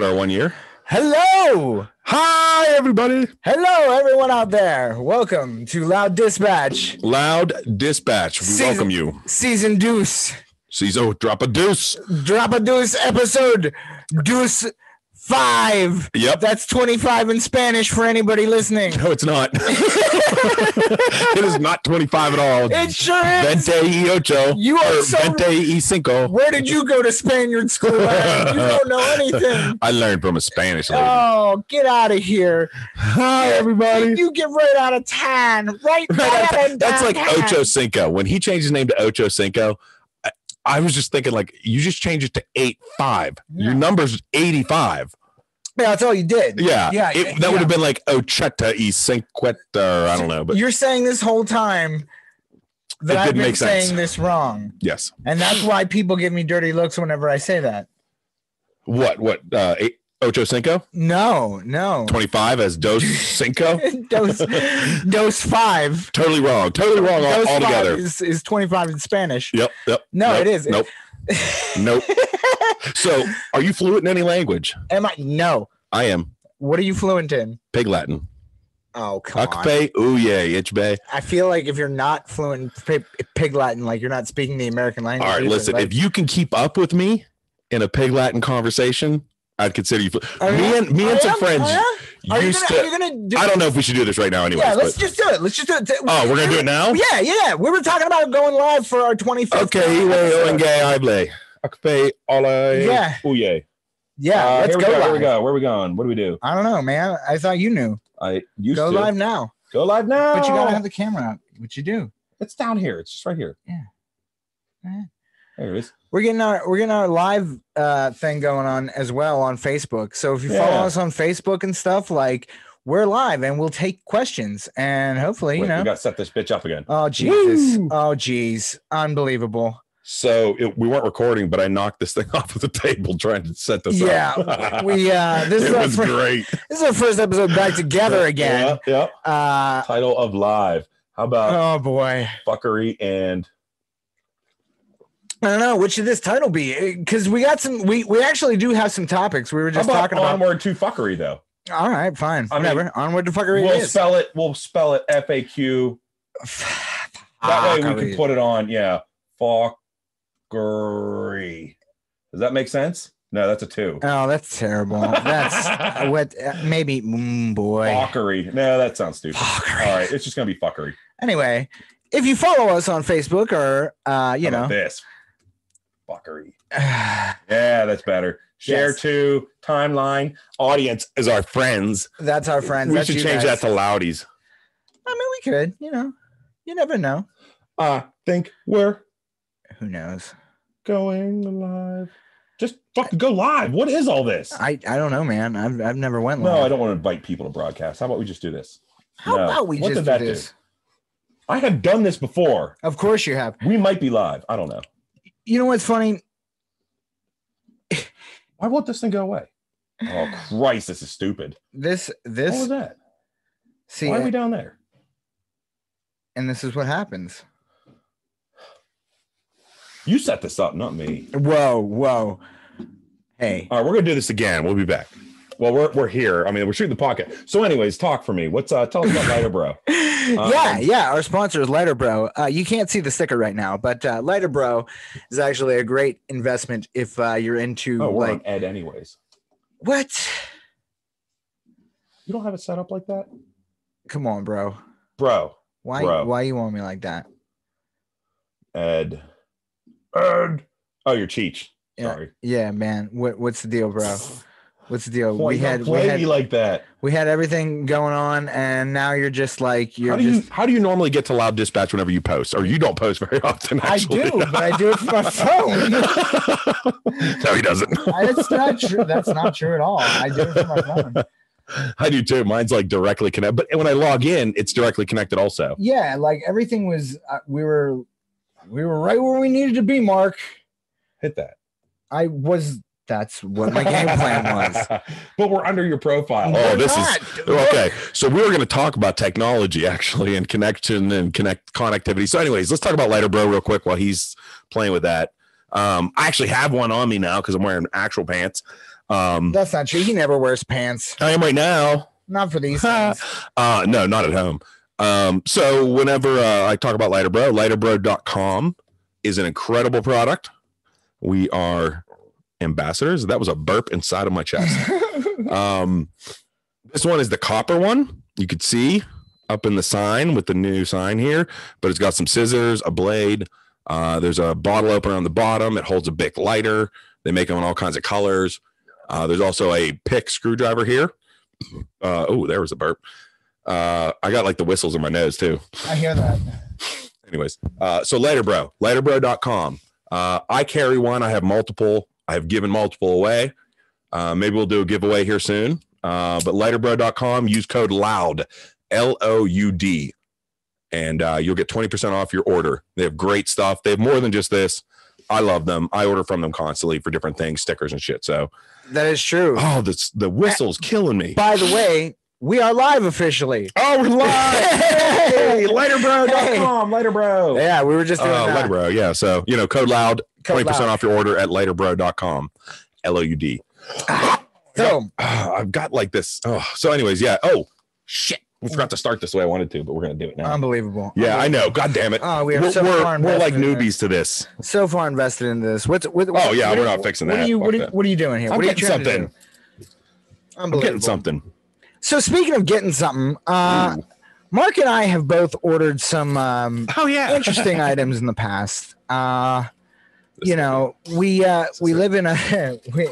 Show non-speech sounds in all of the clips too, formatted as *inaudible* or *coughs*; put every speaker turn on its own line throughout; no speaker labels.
one year.
Hello.
Hi, everybody.
Hello, everyone out there. Welcome to Loud Dispatch,
Loud Dispatch. We
Season-
welcome you.
Season Deuce,
She's oh, drop a deuce.
Drop a Deuce episode, Deuce 5.
Yep.
That's 25 in Spanish for anybody listening.
No, it's
*laughs*
not. it is not 25 at all.
It sure is.
Vente y ocho.
You are
or
so-
Vente y cinco.
Where did you go to Spaniard school? man? You don't know anything.
*laughs* I learned from a Spanish lady.
Oh, get out of here.
Hi, everybody.
You get right out of town. Right, right out of
That's like
downtown.
Ocho Cinco. When he changed his name to Ocho Cinco, I, I was just thinking, like, you just change it to eight five. Your number's eighty five.
Yeah, that's all you did.
Yeah,
Yeah,
It,
yeah,
that would
yeah.
have been like Ocheta y Cinqueta, or I don't know, but
You're saying this whole time that
It
I've
didn't
been
make sense.
saying this wrong.
yes.
And that's why people give me dirty looks whenever I say that.
What? What? Uh, eight, Ocho Cinco
No, no.
twenty five as Dos Cinco.
*laughs*
*laughs*
dose, dose five.
totally wrong. Totally wrong all,
dose
altogether.
five is, is 25 in Spanish.
Yep. Yep.
No,
nope,
it is.
Nope.
*laughs*
nope. So, are you fluent in any language?
Am I? No.
I am.
What are you fluent in?
Pig Latin.
Oh, come on.
Akpe, uye, ichbe.
I feel like if you're not fluent in pig, pig Latin, like you're not speaking the American language.
All right,
either,
listen.
like-
If you can keep up with me in a pig Latin conversation, I'd consider you. fl-
Are
Me
you-
and me
Are
and some
you-
friends
Are you, are you
used
gonna, are
to.
you gonna do
I don't know if we should do this right now, anyway.
Yeah, let's just do it. Let's just do it.
oh, we're gonna do it now.
Yeah, yeah. We were talking about going live for our 25th.
Okay, iwe oenge ible. Akpe ole
Yeah.
uye.
Yeah,
Uh,
let's
here we
go
Here
live.
we go. Where we going? What do we do?
I don't know, man. I thought you knew.
I used
Go
to
live now.
Go live now.
But you gotta have the camera out. What you do?
It's down here. It's just right here.
Yeah. Yeah.
There it is.
We're getting our we're getting our live uh thing going on as well on Facebook. So if you
Yeah.
follow us on Facebook and stuff, like we're live and we'll take questions and hopefully, you
Wait,
know.
We got to set this bitch up again.
Oh Jesus.
Woo!
Oh geez. Unbelievable.
So it, we weren't recording, but I knocked this thing *laughs* off of the table trying to set this
Yeah.
*laughs* up.
we uh this is
it
our
was
first,
great.
this is our first
*laughs*
episode back together again.
Yeah, yeah.
Uh
Title of live. How about
oh boy.
fuckery and
I don't know which should this title be because we got some. We we actually do have some topics. We were just
how about
talking about.
onward to fuckery though?
All right, fine,
I mean,
whatever. Onward to fuckery
We'll
it is.
spell it. We'll spell it FAQ. That way we
Fuckery.
can put it on. Yeah, fuckery. Does that make sense? No, that's a two.
Oh, that's
*laughs*
terrible. That's *laughs* what uh, maybe mm, boy.
Fuckery. No, that sounds stupid.
Fuckery.
All right, it's just gonna be fuckery.
Anyway, if you follow us on Facebook or uh, you
How about
know,
this fuckery. Yeah, that's better. Share
Yes.
to timeline. Audience is our friends.
*sighs* that's our friends.
we
that's
should
you
change
guys.
that to loudies.
I mean, we could. You know, you never know.
I think we're
Who knows?
going live. Just fucking go live. What is all this?
I I don't know, man. I've I've never went.
No,
live.
I don't want to invite people to broadcast. How about we just do this?
How
no.
about we
What
just
did that
do
do?
this?
I have done this before.
Of course, you have.
We might be live. I don't know.
You know what's funny?
Why won't this thing go away? Oh
*sighs*
Christ, this is stupid.
This
what was
this
that?
see
Why are we down there?
and this is what happens.
You set this up, not me.
Whoa, whoa.
*laughs*
Hey. Um,
All right, we're gonna do this again. We'll be back. Well, we're we're here. I mean, we're shooting the pocket. So, anyways, talk for me. What's uh tell us about Lighter
*laughs*
Bro?
yeah, yeah. Our sponsor is Lighter Bro. Uh, you can't see the sticker right now, but uh, Lighter Bro is actually a great investment if uh, you're into
Oh, we're
like
on Ed anyways.
what?
You don't have it set up like that?
Come on, bro.
Bro.
Why?
Bro.
Why you want me like that?
Ed. Ed. Oh, you're Cheech.
Yeah.
Sorry.
Yeah, man. What? What's the deal, bro? What's the deal?
Why
Uh, we
you
had we
play
had
me like that.
we had everything going on, and now you're just like you're
How do
just.
you how do you normally get to loud dispatch whenever you post? Or you don't post very *laughs* often. *laughs*
I
Actually.
do, but I do
*laughs*
it from my phone.
no, he doesn't.
That's not true. That's not true at all. I do it from my phone.
I do too. Mine's like directly connected. But when I log in, it's directly connected also.
yeah like everything was uh, we were we were right where we needed to be mark
Hit that.
i was that's what my game plan was
but we're under your profile.
We're
*laughs* Oh, this is
not.
okay. So we were going to talk about technology actually and connection and connect connectivity. So, anyways, let's talk about Lighter Bro real quick while he's playing with that. Um, I actually have one on me now because I'm wearing actual pants. Um,
That's not true. He never wears pants.
I am right now.
Not for
*laughs*
these things.
Uh, no, not at home. Um, so whenever uh, I talk about Lighter Bro, lighterbrother.com is an incredible product. We are ambassadors. That was a burp inside of my chest. Um, this one is the copper one. You could see up in the sign with the new sign here, but it's got some scissors, a blade. Uh, there's a bottle opener on the bottom. It holds a Bic lighter. They make them in all kinds of colors. Uh, there's also a pick screwdriver here. Uh, oh, there was a burp. Uh, I got like the whistles in my nose too
I hear that.
anyways uh so later bro laterbro.com uh i carry one i have multiple i have given multiple away uh maybe we'll do a giveaway here soon uh but laterbro.com use code loud l-o-u-d and uh you'll get 20% off your order they have great stuff they have more than just this i love them i order from them constantly for different things stickers and shit so
That is true.
oh this the whistle's killing me
By the way, we are live officially.
oh we're live hey, laterbro.com laterbro
Yeah, we were just doing
uh,
that.
Later Bro. Yeah. So, you know, code loud,
Code
20%
loud.
off your order at laterbro.com. L O U D.
So,
Ah, I've got like this. Oh, so, anyways, yeah. Oh, shit. We forgot to start this way I wanted to, but we're going to do it now.
unbelievable.
yeah, I know. God damn it.
Oh, Um, we are
We're,
so far
we're, we're
invested
like
in
newbies to this.
this. So far invested in this. What's what, what,
Oh, yeah,
what-
we're not fixing
What
that.
are you what
Fuck
are, you-
that.
what are you doing here?
I'm
what are you
getting
trying to do?
something. I'm
Unbelievable.
getting something.
So speaking of getting something, uh,
Ooh.
Mark and I have both ordered some
*laughs*
um,
Oh, yeah.
interesting items in the past. Uh, you know, we uh, we live in a *laughs* we,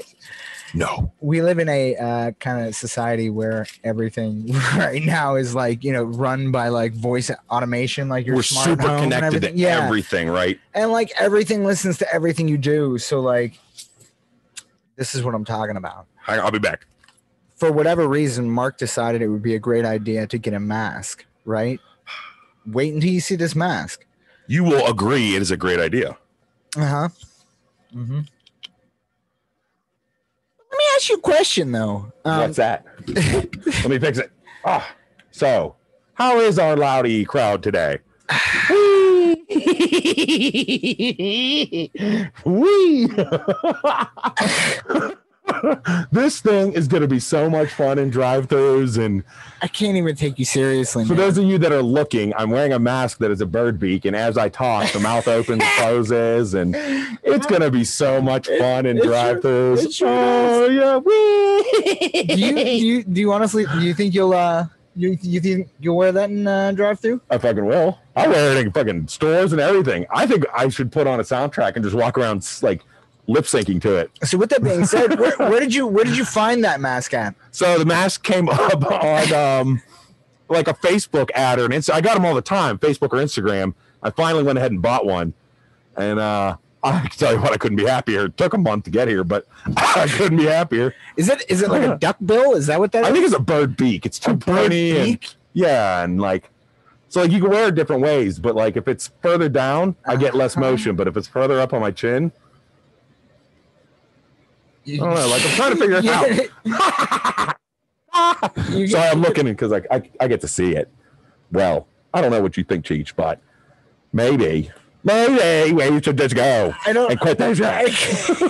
No.
we live in a uh, kind of society where everything *laughs* right now is like you know run by like voice automation, like your
We're
smart
super
home and
connected
everything.
to
yeah,
everything, right?
and like everything listens to everything you do. So like, this is what I'm talking about.
Hang on, I'll be back.
for whatever reason, Mark decided it would be a great idea to get a mask, right? Wait until you see this mask.
You will agree it is a great idea.
Uh huh. Mm-hmm. Let me ask you a question, though. Um,
that? Let me fix it. Ah, so how is our loudy crowd
*laughs*
today? Wee. Wee. *laughs* this thing is going to be so much fun in drive-throughs and
I can't even take you seriously.
for
man.
those of you that are looking i'm wearing a mask that is a bird beak and as i talk the mouth opens
*laughs*
and closes and it's going to be so much fun in
It- it sure-
drive-throughs
it sure
oh yeah Wee.
do,
*laughs*
you, do you do you honestly do you think you'll uh you you think you'll wear that in uh, drive-through?
I fucking will. I wear it in fucking stores and everything. I think I should put on a soundtrack and just walk around s- like lip syncing to it.
So with that being said, where, where did you where did you find that mask at?
So the mask came *laughs* up on um, like a Facebook ad or an Insta. I got them all the time, Facebook or Instagram. I finally went ahead and bought one, and uh, *laughs* I can tell you what, I couldn't be happier. It took a month to get here, but *laughs* I couldn't be happier.
Is it is it like a
*laughs*
duck bill? Is that what that is?
I think it's a bird beak. It's too pointy and-
beak?
yeah, and like so like you can wear it different ways, but like if it's further down, I get less
Uh-huh.
motion. But if it's further up on my chin, I don't know. Like I'm trying to figure it out.
*laughs* You
So
get-
I'm looking because like I, I get to see it. Well, I don't know what you think, Cheech, but maybe maybe we should just go
I don't.
and quit that shit.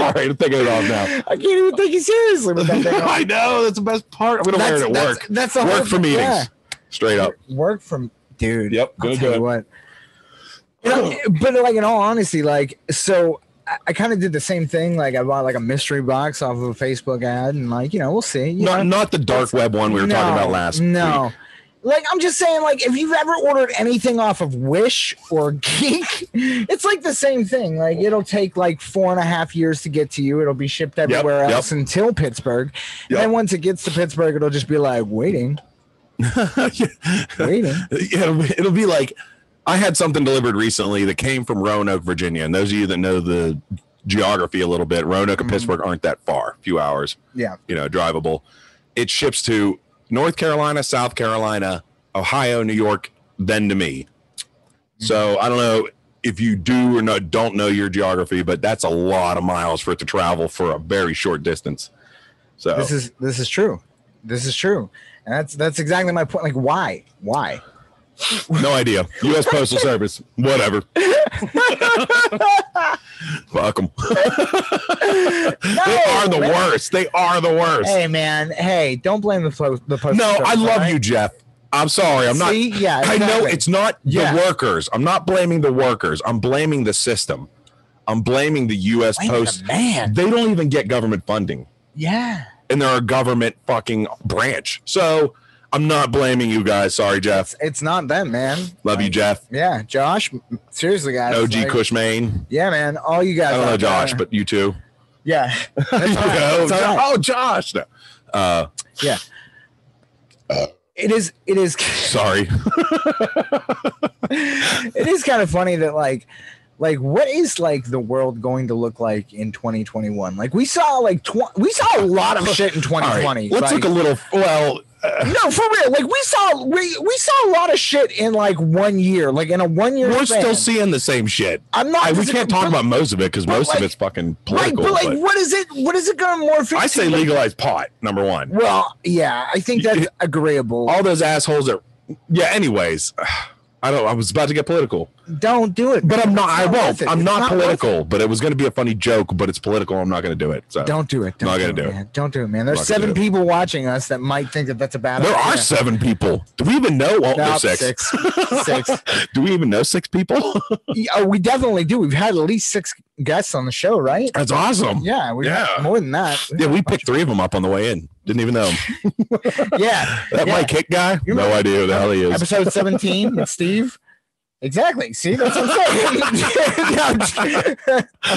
*laughs* All right, I'm taking it off now.
I can't even take you seriously with that thing. on.
*laughs* I know that's the best part. I'm gonna wear it at
that's,
work.
That's a
Work for meetings, straight up.
Work from dude.
Yep,
I'll
gonna
tell
do
you
it.
what. You
*clears throat*
know, but like in all honesty, like so. I- I kind of did the same thing. Like I bought like a mystery box off of a Facebook ad, and like you know, we'll see. You
Not not the dark web one we were talking about last.
No.
week.
Like I'm just saying, like if you've ever ordered anything off of Wish or *laughs* Geek, it's like the same thing. Like it'll take like four and a half years to get to you. It'll be shipped everywhere
yep.
else until Pittsburgh. And
Yep.
then once it gets to Pittsburgh, it'll just be like
*laughs*
waiting, *laughs* waiting.
it'll, it'll be like I had something delivered recently that came from Roanoke, Virginia. And those of you that know the geography a little bit, Roanoke and
Mhm.
Pittsburgh aren't that far, a few hours,
Yeah.
you know, drivable. It ships to North Carolina, South Carolina, Ohio, New York, then to me.
Mm-hmm.
So I don't know if you do or no, don't know your geography, but that's a lot of miles for it to travel for a very short distance. So
This is this is true. This is true. And that's that's exactly my point. Like why? Why? *laughs*
no idea. U.S. Postal Service, whatever. Fuck them. they are the
man.
worst. They are the worst.
Hey man, hey, don't blame the po- the post.
no, I love you, Jeff. I'm sorry. I'm not.
See? Yeah,
I know
exactly.
it's not
Yeah.
the workers. I'm not blaming the workers. I'm blaming the system. I'm blaming the U.S.
Blame the
Post.
man.
They don't even get government funding,
Yeah,
and they're a government fucking branch. So I'm not blaming you guys. Sorry, Jeff.
it's, it's not them, man.
Love you, Jeff.
Yeah, Josh. m- Seriously, guys.
OG
like,
Cushmain.
Yeah, man. All you
I
guys.
don't know
out there.
Josh, but you too. *laughs*
yeah,
You know,
It's all right.
Oh, Josh. No. Uh,
yeah. It is. It is. *laughs*
sorry.
it is kind of funny that like like what is like the world going to look like in 2021 like we saw like tw- we saw a lot of shit in
All right,
2020
Let's
like,
look a little. Well,
no for real like we saw we, we saw a lot of shit in like one year like in a Oh, one year
we're
span.
still seeing the same shit.
i'm not
I- we can't talk about most of it because
but
most
like-
of it's fucking
right
political.
but like
but
what is it what is it gonna morph into
I say
Like,
legalize pot. Number one.
well yeah i think that's
It-
agreeable
All those assholes are. Yeah. Anyways, *sighs* I don't. I was about to get political,
don't do it
but I'm not. I
It's
won't.
worth it.
I'm
It's
not,
worth it.
political. But it was going to be a funny joke. But it's political. I'm not going to do it. So
don't do it. Don't
Not gonna do
it.
it.
man. Don't do it, man. There's
Not gonna
seven
do it.
people watching us that might think that that's a bad
There
idea.
are seven people. Do we even know? Well,
Nope,
there's six. *laughs*
six. Six.
Do we even know six
*laughs*
people?
Yeah, Oh, we definitely do. We've had at least six guests on the show, right?
That's awesome. Yeah.
Yeah, we
Yeah.
more than that.
we picked three of them up on the way in. Didn't even know 'em. *laughs*
Yeah,
that
yeah.
Mike Hick guy.
You
no
remember-
idea who the hell he is.
episode seventeen with Steve. Exactly. See, that's what I'm saying. *laughs*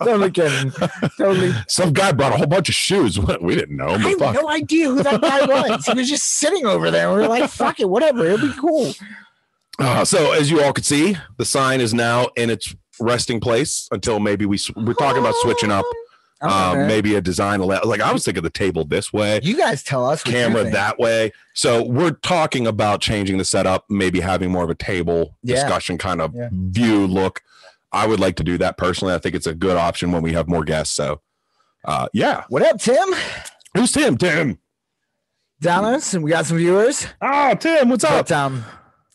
totally kidding. Totally.
Some guy brought a whole bunch of shoes. *laughs* We didn't know.
I
Him, but
had
Oh fuck.
no idea who that guy was. He was just sitting over there. We were like, "Fuck it, whatever. It'll be cool."
Uh, so as you all can see, the sign is now in its resting place until maybe we s- we're talking about switching up.
Oh,
Um,
man.
maybe a design ele- like I was thinking the table this way,
you guys tell us. what you
camera
think.
that way. So we're talking about changing the setup, maybe having more of a table
Yeah.
discussion kind of
Yeah.
view look. I would like to do that personally. I think it's a good option when we have more guests. So uh, yeah,
What up, Tim?
who's Tim? Tim.
Dallas, and we got some viewers.
Oh, Tim, what's up?
but um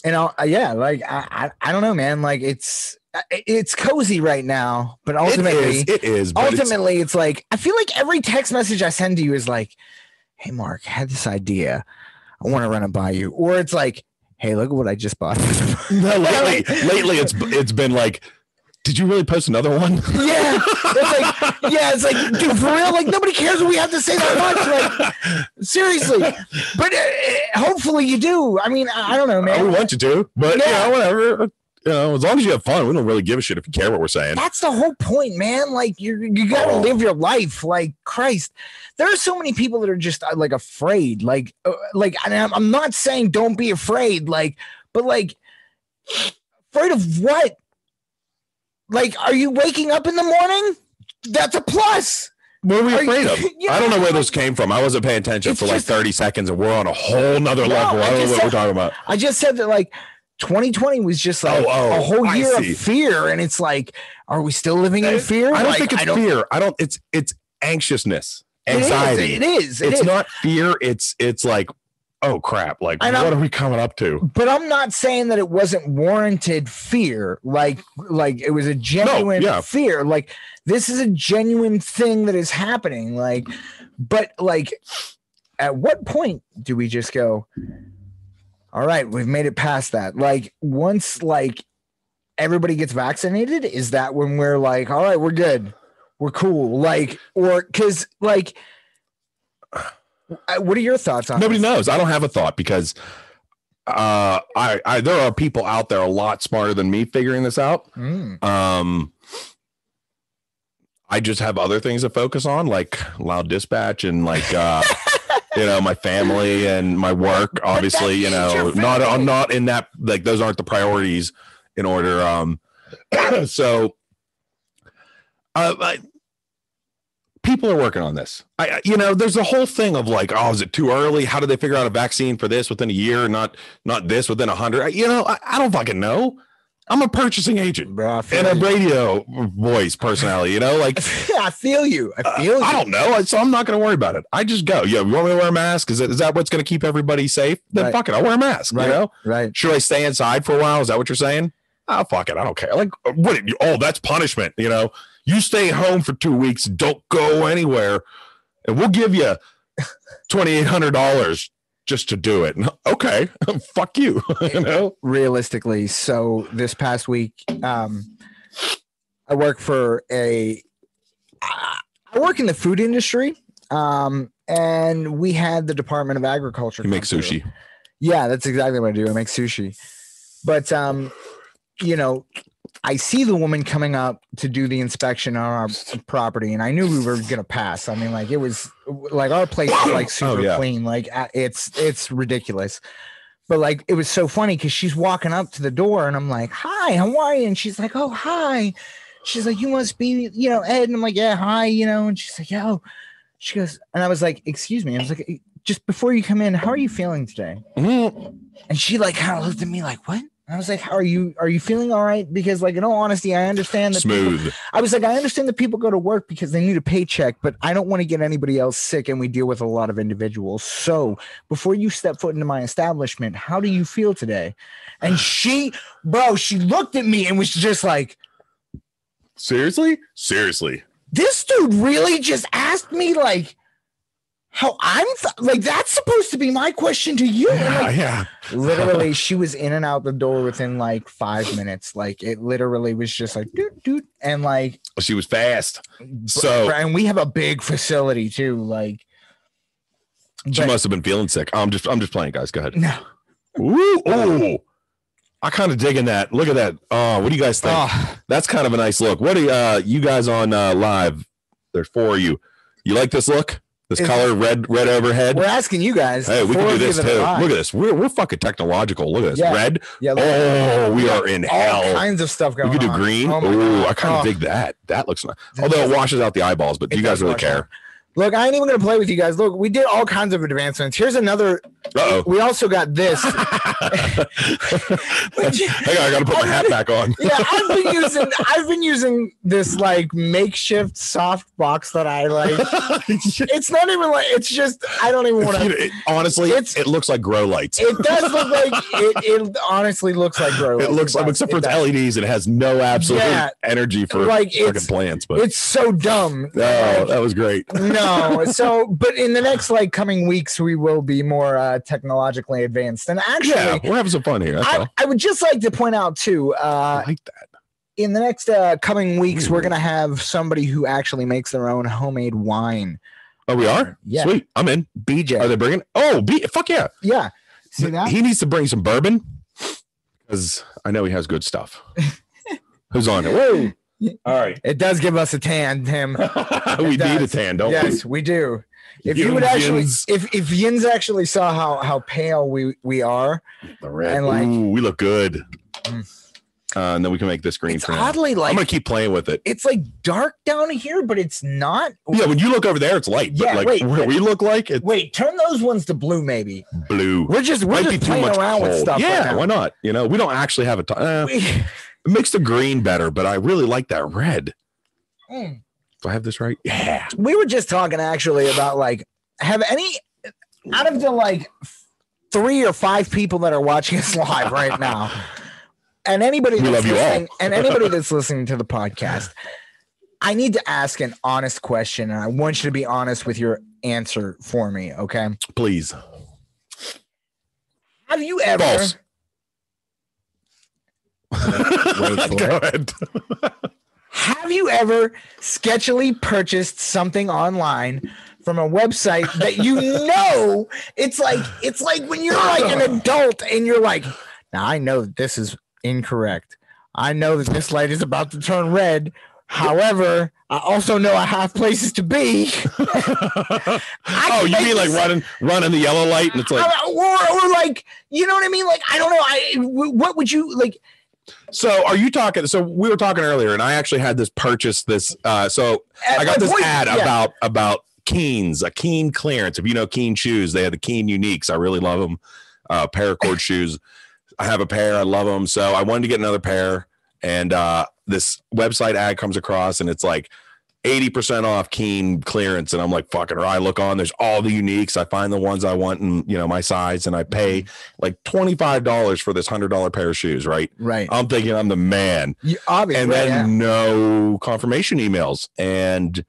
you know uh, yeah like I, I i don't know man like it's uh, it's cozy right now but ultimately
it is. It is. But it's-
ultimately it's, like i feel like every text message i send to you is like hey mark I had this idea i want to run it by you or it's like hey look at what i just bought *laughs*
*laughs* No, lately, lately it's it's been like, did you really post another one? *laughs*
yeah it's like yeah it's like dude for real like nobody cares what we have to say that much like seriously but uh, uh, hopefully you do i mean i, I don't know man
I would want you to, but
Yeah.
yeah, whatever. You know, as long as you have fun, we don't really give a shit if you care what we're saying.
That's the whole point, man. Like you, you gotta
Oh.
live your life. Like Christ, there are so many people that are just uh, like afraid. Like, uh, like and I'm, I'm not saying don't be afraid. Like, but like, afraid of what? Like, are you waking up in the morning? That's a plus.
What are we
Are you-
afraid of?
*laughs* Yeah.
I don't know where those came from. I wasn't paying attention
It's
for like
just-
30 seconds and we're on a whole nother
No,
level.
I
I don't know
just
what
said-
we're talking about.
I just said that like 2020 was just like
Oh, oh,
a whole
I
year of
see.
fear, and it's like, are we still living in
I-
fear?
I don't
Like,
think it's fear. I don't, it's, it's anxiousness,
It is,
anxiety.
It is. It
it's
is.
not fear. It's, it's like, oh crap. Like,
I
what
know.
are we coming up to?
but I'm not saying that it wasn't warranted fear. Like, like it was a genuine
yeah.
fear. Like, this is a genuine thing that is happening. Like, but like, at what point do we just go? All right, we've made it past that. Like, once like everybody gets vaccinated, is that when we're like, all right, we're good, we're cool? Like, or because like, *sighs* I- what are your thoughts on
Nobody
this?
knows. I don't have a thought because uh, I, I, there are people out there a lot smarter than me figuring this out.
Mm.
um i just have other things to focus on like loud dispatch and like
*laughs*
uh you know my family and my work obviously you
is your
know not
family.
i'm not in that like those aren't the priorities in order um *clears throat* so uh, I, people are working on this I- I you know there's the whole thing of like oh is it too early how do they figure out a vaccine for this within a year not not this within a hundred you know I, I don't fucking know i'm a purchasing agent
Bruh, Hmm, I feel
and
you.
a radio voice personality, you know, like
*laughs* I feel you. I feel you.
Uh, I don't know, so I'm not going to worry about it. I just go. Yeah, you want me to wear a mask? Is that, is that what's going to keep everybody safe? Then
Right.
fuck it, I'll wear a mask.
Right.
You know,
right.
should I stay inside for a while? Is that what you're saying? oh fuck it, I don't care. Like what? Oh, that's punishment. You know, you stay home for two weeks, don't go anywhere, and we'll give you twenty eight hundred dollars just to do it. *laughs* And, okay, fuck you. *laughs* you know,
realistically. So this past week, um, I work for a. I work in the food industry, um, and we had the Department of Agriculture.
you make
come through.
sushi.
Yeah, that's exactly what I do. I make sushi. But um, you know, I see the woman coming up to do the inspection on our property, and I knew we were gonna pass. I mean, like it was like our place is like super
Oh, yeah.
clean. Like uh, it's it's ridiculous. But like it was so funny because she's walking up to the door, and I'm like, "Hi, how are you?" And she's like, "Oh, hi." She's like, "You must be, you know, Ed." And I'm like, "Yeah, hi," you know. And she's like, "Yo," she goes, and I was like, "Excuse me." I was like, "Just before you come in, how are you feeling today?"
Mm,
And she like kind of looked at me like, "What?" And I was like, "Are you are you feeling all right?" Because like in all honesty, I understand that people-
smooth.
I was like, I understand that people go to work because they need a paycheck, but I don't want to get anybody else sick, and we deal with a lot of individuals. So before you step foot into my establishment, how do you feel today? And she, bro, she looked at me and was just like,
Seriously, seriously.
"This dude really just asked me like." How I'm f- like that's supposed to be my question to you. *laughs* And, like,
Yeah, yeah. *laughs*
literally she was in and out the door within like five minutes like it literally was just like doot doot and like
She was fast. So
and we have a big facility too like
she
but-
must have been feeling sick. I'm just, I'm just playing, guys. Go ahead.
*laughs* no
Ooh, ooh. I kind of digging that. Look at that. Oh, what do you guys think?
oh,
That's kind of a nice look. What do you, uh, you guys on uh, live? There's four of you. You like this look? This
Is-
color, red, red overhead.
we're asking you guys
Hey, we can
Four
do
of you
this too.
that are live.
Look at this. We're, we're fucking technological. Look at this.
Yeah.
Red.
yeah look,
Oh, we are in
all
hell.
kinds of stuff
We
going
could do
on.
green.
Oh my
Ooh,
God.
I kind of
Oh.
dig that. That looks nice.
This
Although
is-
it washes out the eyeballs, but do
It
you guys
does
really
wash
care?
look i ain't even gonna play with you guys look we did all kinds of advancements here's another
Uh oh.
we also got
*laughs*
this *laughs* Would you-
Hang on, I gotta put my hat back on.
yeah, I've been using I've been using this like makeshift soft box that I *laughs* like.
*laughs*
It's not even like it's just I don't even want
You know,
to.
it- honestly,
It's-
it looks like grow lights.
It does look like it. It honestly looks like grow.
It
lights.
looks like,
does.
except for
It
its
does.
LEDs, it has no absolute
Yeah.
energy for
Like,
fucking
it's-
plants. But
It's so dumb.
oh,
Like,
that was great.
no. So, but in the next like coming weeks, we will be more uh, technologically advanced. And actually,
Yeah, we're having some fun here. That's all.
I, uh, I would just like to point out too. Uh,
I like that.
in the next uh, coming weeks, we're gonna have somebody who actually makes their own homemade wine.
Oh, we are.
Yeah.
Sweet. I'm in.
BJ.
Are they bringing? Oh, be, fuck yeah.
Yeah. See that?
He needs to bring some bourbon because I know he has good
*laughs*
stuff. Who's on it? Whoa. All *laughs* right.
It does give us a tan, Tim.
Oh, we
It does.
need a tan, don't
yes, we do.
we?
If you would actually,
Yins.
if if Yins actually saw how how pale we we are,
the red.
and, like-
Ooh, we look good.
Mm.
Uh, and then we can make this green.
it's
for now.
oddly like
I'm gonna keep playing with it.
it's like dark down here, but it's not.
Yeah, when you look over there, it's light. But
Yeah,
like
wait,
where
wait.
we look like, it's
Wait, turn those ones to blue, maybe.
blue.
We're just we're just playing around with
cold.
stuff.
Yeah,
right now.
why not? You know, we don't actually have a time.
We- *laughs*
it makes the green better, but I really like that red.
Mm.
Do I have this right? Yeah.
we were just talking actually about like have any out of the like three or five people that are watching us *laughs* live right now and anybody
We
that's
love you all.
listening- and anybody that's listening to the podcast i need to ask an honest question and i want you to be honest with your answer for me okay *laughs*
Please.
have you ever
False.
for
*laughs* Go ahead.
have you ever sketchily purchased something online from a website that you know it's like it's like when you're like an adult and you're like now i know that this is incorrect i know that this light is about to turn red however i also know i have places to be
oh, you
make
mean like
this-
running running the yellow light and it's like
or, or like you know what i mean like i don't know i w- what would you like
so are you talking so we were talking earlier and I actually had this purchase this uh so
at
I got
my
this
point-
ad
yeah.
about about Keens, a Keen clearance. If you know Keen shoes, they had the Keen Uniques. I really love them. Uh, paracord shoes. I have a pair. I love them. So I wanted to get another pair, and uh, this website ad comes across, and it's like 80% off Keen clearance. And I'm like, fucking, or I look on, there's all the uniques. I find the ones I want and, you know, my size, and I pay like $25 for this $100 pair of shoes, right?
Right.
I'm thinking I'm the man.
You, obviously.
And
yeah.
then no confirmation emails and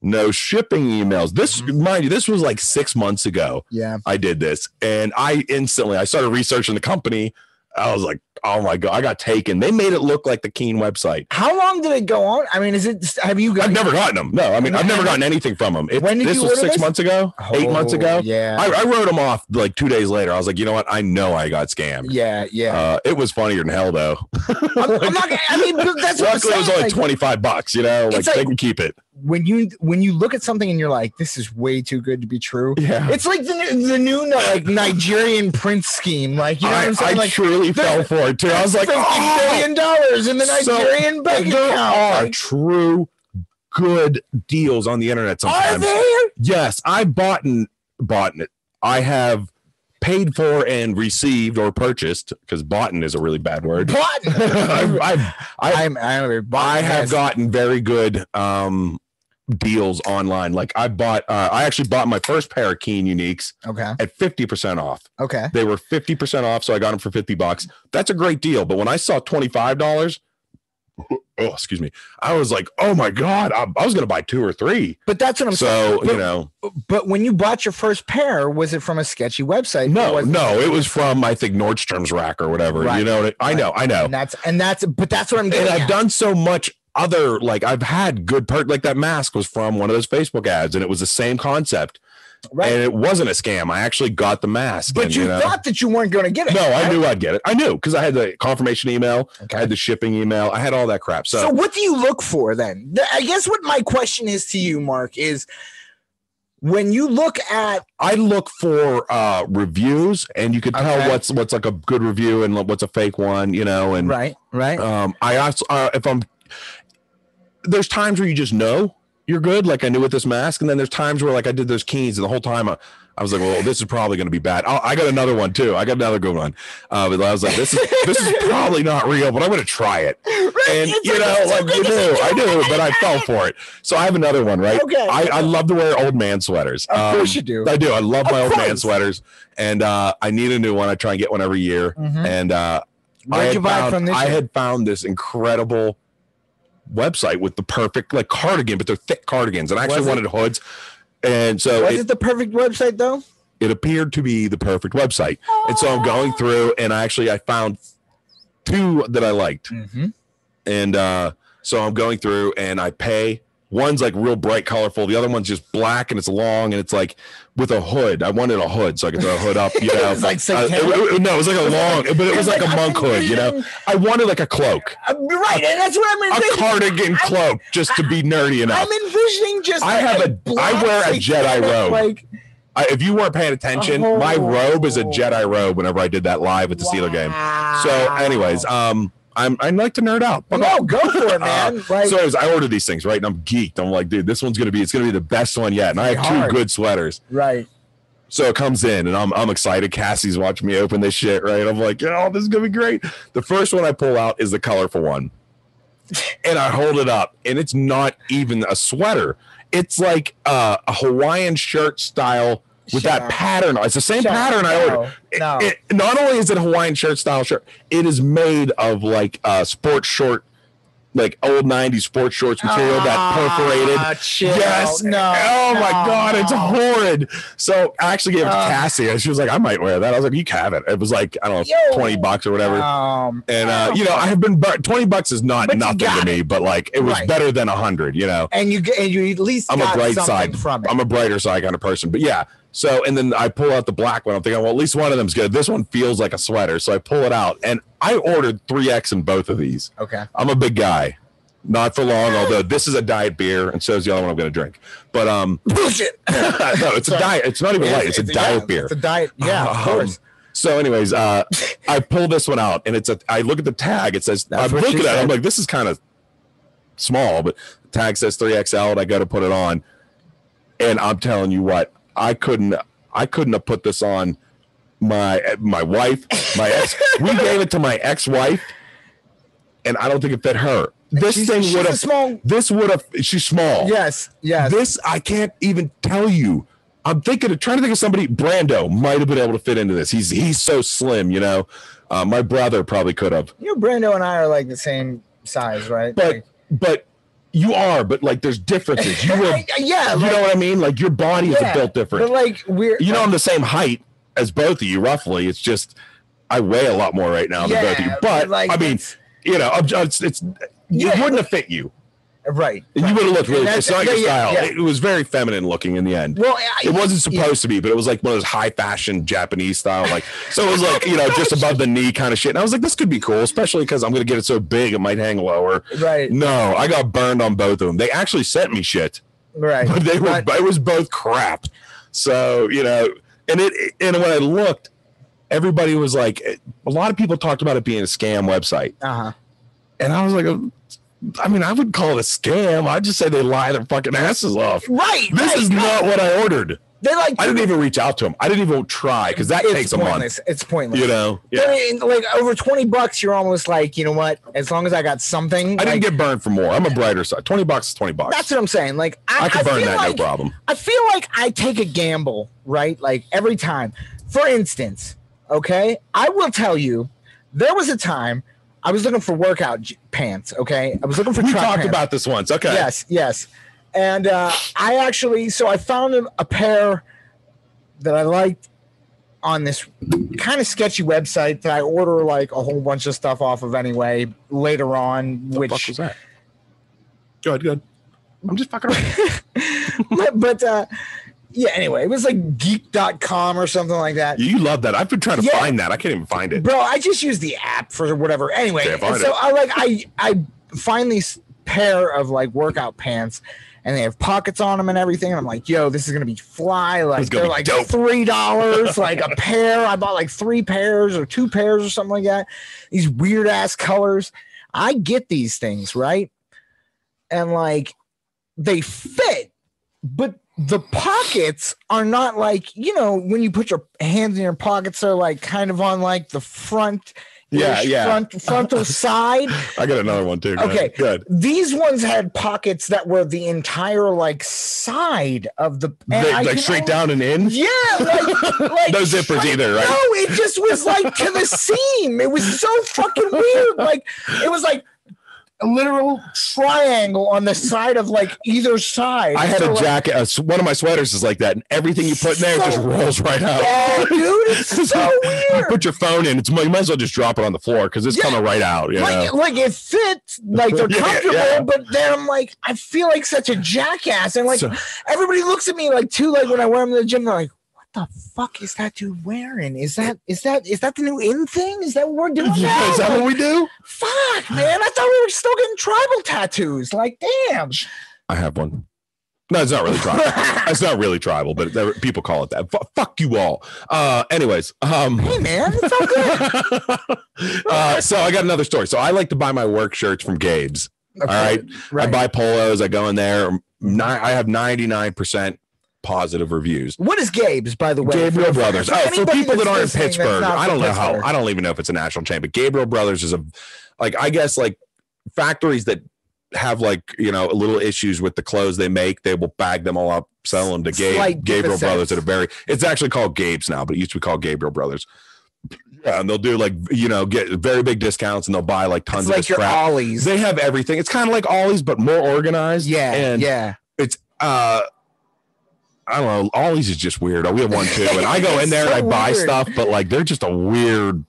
no shipping emails. This,
Mm-hmm.
mind you, this was like six months ago.
yeah.
I did this. And I instantly I started researching the company. I was like, oh my god, I got taken. They made it look like the Keen website.
How long did it go on? I mean, is it? Have you got?
I've never gotten them. No, I mean I've never gotten anything from them. It,
When did
this
you
was
order
six
this?
months ago, eight months
Oh,
ago.
Yeah.
I, I wrote them off like two days later. I was like, you know what? I know I got scammed.
yeah. Yeah.
*laughs* Uh, it was funnier than hell though. *laughs*
I'm, I'm not. I mean, but that's what
Luckily,
I'm
it
saying.
was only
like,
twenty five bucks. You know, like,
It's like-
they can keep it.
when you when you look at something and you're like, this is way too good to be true.
Yeah,
It's like the new, the new like Nigerian prince scheme. Like you know what
I,
I'm saying?
I
like
truly fell for it too. I was like,
$50
oh,
million dollars in the
So,
Nigerian bank
there
account.
are
Like,
true good deals on the internet
are
sometimes.
there?
Yes, I bought and bought it. I have paid for and received or purchased because bought is a really bad
*laughs*
word. I've,
Bought.
I've, *laughs* I-
I'm. I'm a bought.
I have
yes.
gotten very good um, deals online. Like I bought, uh, I actually bought my first pair of Keen Uniques
Okay.
at 50% off.
Okay.
They were 50% off, so I got them for 50 bucks. That's a great deal. But when I saw $25, oh, excuse me, I was like, oh my God, I, I was going to buy two or three.
But that's what I'm saying.
So,
But-
you know,
But when you bought your first pair, was it from a sketchy website?
no,
was
no, it was from, I think, Nordstrom's rack or whatever. You
Right.
know, what I, I know, I know.
And that's and that's but that's what I'm
And
getting.
I've
at.
done so much other, like, I've had good perk, like that mask was from one of those Facebook ads and it was the same concept.
right.
And it wasn't a scam. I actually got the mask.
But
and,
you
know-
thought that you weren't going to get it.
no, I
right?
knew I'd get it. I knew because I had the confirmation email, I
Okay.
had the shipping email, I had all that crap.
So, what do you look for then? Th- I guess what my question is to you, Mark, is when you look at
I look for uh reviews and you can tell
Okay.
what's what's like a good review and what's a fake one, you know, and
right, right,
um I also uh, if I'm there's times where you just know you're good, like I knew with this mask, and then there's times where like I did those keens and the whole time I, I was like, well, this is probably going to be bad. Oh, i I got another one too. I got another good one. Uh, but I was like, this is this is probably not real, but I'm going to try it.
*laughs* Right,
And
it's
you know,
it's
like
okay,
you
it's *laughs*
knew, I
okay.
knew, but I fell for it. So I have another one, right?
Okay,
I,
*laughs*
I love to wear old man sweaters.
of
Um,
course you do.
I do. I love my
Of
old man
course.
sweaters, and uh, I need a new one. I try and get one every year.
Mhm.
And uh, I
Where'd
had
you buy it
found-
from this?
I
year?
had found this incredible website with the perfect like cardigan, but they're thick cardigans, and I actually
Was it-
wanted hoods. And so
was
it,
it the perfect website though?
it appeared to be the perfect website. And so I'm going through, and I actually I found two that I liked
Mm-hmm.
and uh, so I'm going through and I pay. One's like real bright, colorful. The other one's just black and it's long and it's like with a hood. I wanted a hood so I could throw a hood up.
*laughs*
You know,
It was like
Uh, it-
satanic.
it- no, it was like a long, but it was like a monk hood. You know, I wanted like a cloak,
Mm-hmm. Uh, right, and that's what *laughs* I'm
a
envisioning.
cardigan cloak, just to be nerdy enough.
I'm envisioning just.
I
like,
have a-
black
I wear a Jedi
satanic,
robe.
Like
I, if you weren't paying attention, my
Oh.
robe is a Jedi robe. Whenever I did that live at the Steeler game. So, anyways, um, I'm I like to nerd out. Fuck
no, go
*laughs*
for it, man. like,
so anyways, I ordered these things, right? And I'm geeked. I'm like, dude, this one's gonna be it's gonna be the best one yet. And I have two
Hard.
good sweaters.
right.
So it comes in and I'm I'm excited. Cassie's watching me open this shit, right? I'm like, oh, this is gonna be great. The first one I pull out is the colorful one. And I hold it up, and it's not even a sweater. It's like uh, a Hawaiian shirt style with
Shut
that
up.
pattern. It's the same
Shut up.
pattern I ordered.
No, no.
It, it- not only is it a Hawaiian shirt style shirt, it is made of like uh, sports short, like old '90s sports shorts material that perforated.
Ah, chill.
Yes.
No.
Oh my
no,
god, it's
no.
horrid. So I actually gave it to
Ah.
Cassie, and she was like, "I might wear that." I was like, "You can have it." It was like I don't know,
Yo.
twenty bucks or whatever.
Um,
and uh, you know, I have been bur- twenty bucks is not
But you
nothing
got
to me, but like it was
Right.
better than a hundred. You know,
and you get- and you at least
I'm a
got
bright
something
side.
from it.
I'm a brighter side kind of person, but yeah. So and then I pull out the black one. I'm thinking, well, at least one of them's good. This one feels like a sweater, so I pull it out, and I ordered three X in both of these.
okay.
I'm a big guy, not for long. Although this is a diet beer, and so is the other one I'm going to drink. But um, *laughs*
Push *laughs* it.
no, it's a
Sorry.
diet. It's not even light. It's, a diet
yeah,
beer.
It's a diet. Yeah, of
Um,
course.
So, anyways, uh, I pull this one out, and it's a. I look at the tag. It says
That's
I'm
what she
looking at. it, I'm
said.
like, this is kind of small, but the tag says 3XL, and I go to put it on, and I'm telling you what, I couldn't. I couldn't have put this on my my
*laughs*
wife. My ex. we gave it to my ex-wife, and I don't think it fit her. This
she's,
thing
she's
would
a
have.
small.
This would have. She's small.
Yes, yes.
This I can't even tell you. I'm thinking of trying to think of somebody. Brando might have been able to fit into this. He's he's so slim, you know. Uh, my brother probably could have,
you know, Brando and I are like the same size, right?
but
Like-
but you are. But like, there's differences. You were,
*laughs* yeah,
you
like-
know what I mean? Like your body
yeah,
is built different.
But like we're,
you know, I'm the same height as both of you, roughly. It's just I weigh a lot more right now than both of you.
Yeah,
But
like,
I mean,
it's-
you know, I'm just, it's
Yeah.
it wouldn't have fit you.
right?
You
right.
would have looked really.
That's-
It's not
yeah,
your
yeah,
style.
yeah.
It was very feminine looking in the end.
Well, I,
It wasn't supposed to be, but it was like one of those high fashion Japanese style, like so. It was like you know, just above the knee kind of shit. And I was like, this could be cool, especially because I'm gonna get it so big it might hang lower.
right,
No, I got burned on both of them. They actually sent me shit *laughs*
right.
but they were
But-
it was both crap. So you know, and it and when I looked, everybody was like, a lot of people talked about it being a scam website,
uh-huh.
and I was like, "Oh, I mean, I would call it a scam. I just say they lie their fucking asses off.
Right.
This
right.
is not what I ordered.
They like.
I didn't even reach out to them. I didn't even try because that
it's
takes a month.
pointless. It's pointless.
You know,
But
yeah.
in, like over twenty bucks, you're almost like, you know what? As long as I got something,
I
like,
didn't get burned for more. I'm a brighter side. Twenty bucks is twenty bucks.
That's what I'm saying. Like I,
I could burn
feel
that,
like,
no problem.
I feel like I take a gamble, right? Like every time. For instance, okay, I will tell you, there was a time I was looking for workout j- pants. Okay, I was looking for.
We
track
talked
pants.
about this once. Okay.
Yes, yes. And uh, I actually, so I found a, a pair that I liked on this kind of sketchy website that I order like a whole bunch of stuff off of anyway later on,
What the fuck was
*laughs* which,
that? Good, good. I'm just fucking around.
*laughs* but, but uh, yeah, anyway, it was like geek.com or something like that.
You love that. I've been trying to
Yeah.
find that. I can't even find it.
Bro, I just use the app for whatever. Anyway,
Yeah,
and
find
so
it.
I like I I find these pair of like workout pants, and they have pockets on them and everything. And I'm like, yo, this is gonna be fly. Like
It's gonna
they're
be
like
dope. *laughs*
three dollars, like a pair. I bought like three pairs or two pairs or something like that. These weird ass colors. I get these things right, and like they fit, but the pockets are not like you know when you put your hands in your pockets they're like kind of on like the front
Yeah, yeah.
front
*laughs*
frontal side
I got another one too. Go
Okay.
ahead. good.
these ones had pockets that were the entire like side of the and
They-
I
like
can
straight
only-
down and in.
yeah
*laughs*
like, like
No zippers either, right?
no it just was like to the seam it was so fucking weird like it was like a literal triangle on the side of like either side
I had
So,
a
like,
jacket. a s one of my sweaters is like that, and everything you put in there just
So-
rolls right out.
Oh, dude,
*laughs*
it's so
You
weird.
put your phone in. It's you might as well just drop it on the floor because it's
Yeah.
coming right out. You know?
Like, like it fits, like
*laughs*
they're
Yeah,
comfortable,
yeah.
but then I'm like, I feel like such a jackass, and like
So-
everybody looks at me like too, like when I wear them to the gym, they're like, "What the fuck is that dude wearing? Is that is that is that the new in thing? Is that what we're doing now?
Is that what we do?
fuck, man! I thought we were still getting tribal tattoos. Like, damn,
*laughs* I have one. No, it's not really tribal. *laughs* it's not really tribal, but there- people call it that. Fu fuck you all. Uh, anyways, um, *laughs*
hey, man, it's all good.
uh, so I got another story. So I like to buy my work shirts from Gabe's. All right. I buy polos. I go in there. Ni- I have 99% positive reviews.
What is Gabe's, by the way?
Gabriel
For- for-
Brothers.
for
oh, for
anybody
people that
that's
aren't in
listening that's
Pittsburgh,
not
I
from
don't know how.
Pittsburgh.
I don't even know if it's a national chain, but Gabriel Brothers is a, like, I guess, like factories that have like you know little issues with the clothes they make. They will bag them all up, sell them to Gabe,
Slight
Gabriel
deficits.
Brothers at a very. It's actually called Gabe's now, but it used to be called Gabriel Brothers. Yeah, and they'll do like you know get very big discounts, and they'll buy like tons
It's
of
like
this
your
crap.
ollies.
They have everything. It's kind of like Ollie's, but more organized.
Yeah,
and
yeah.
uh I don't know. Ollie's is just weird. We have one too. And I
*laughs*
go in there and I
So
buy
weird.
stuff, but like they're just a weird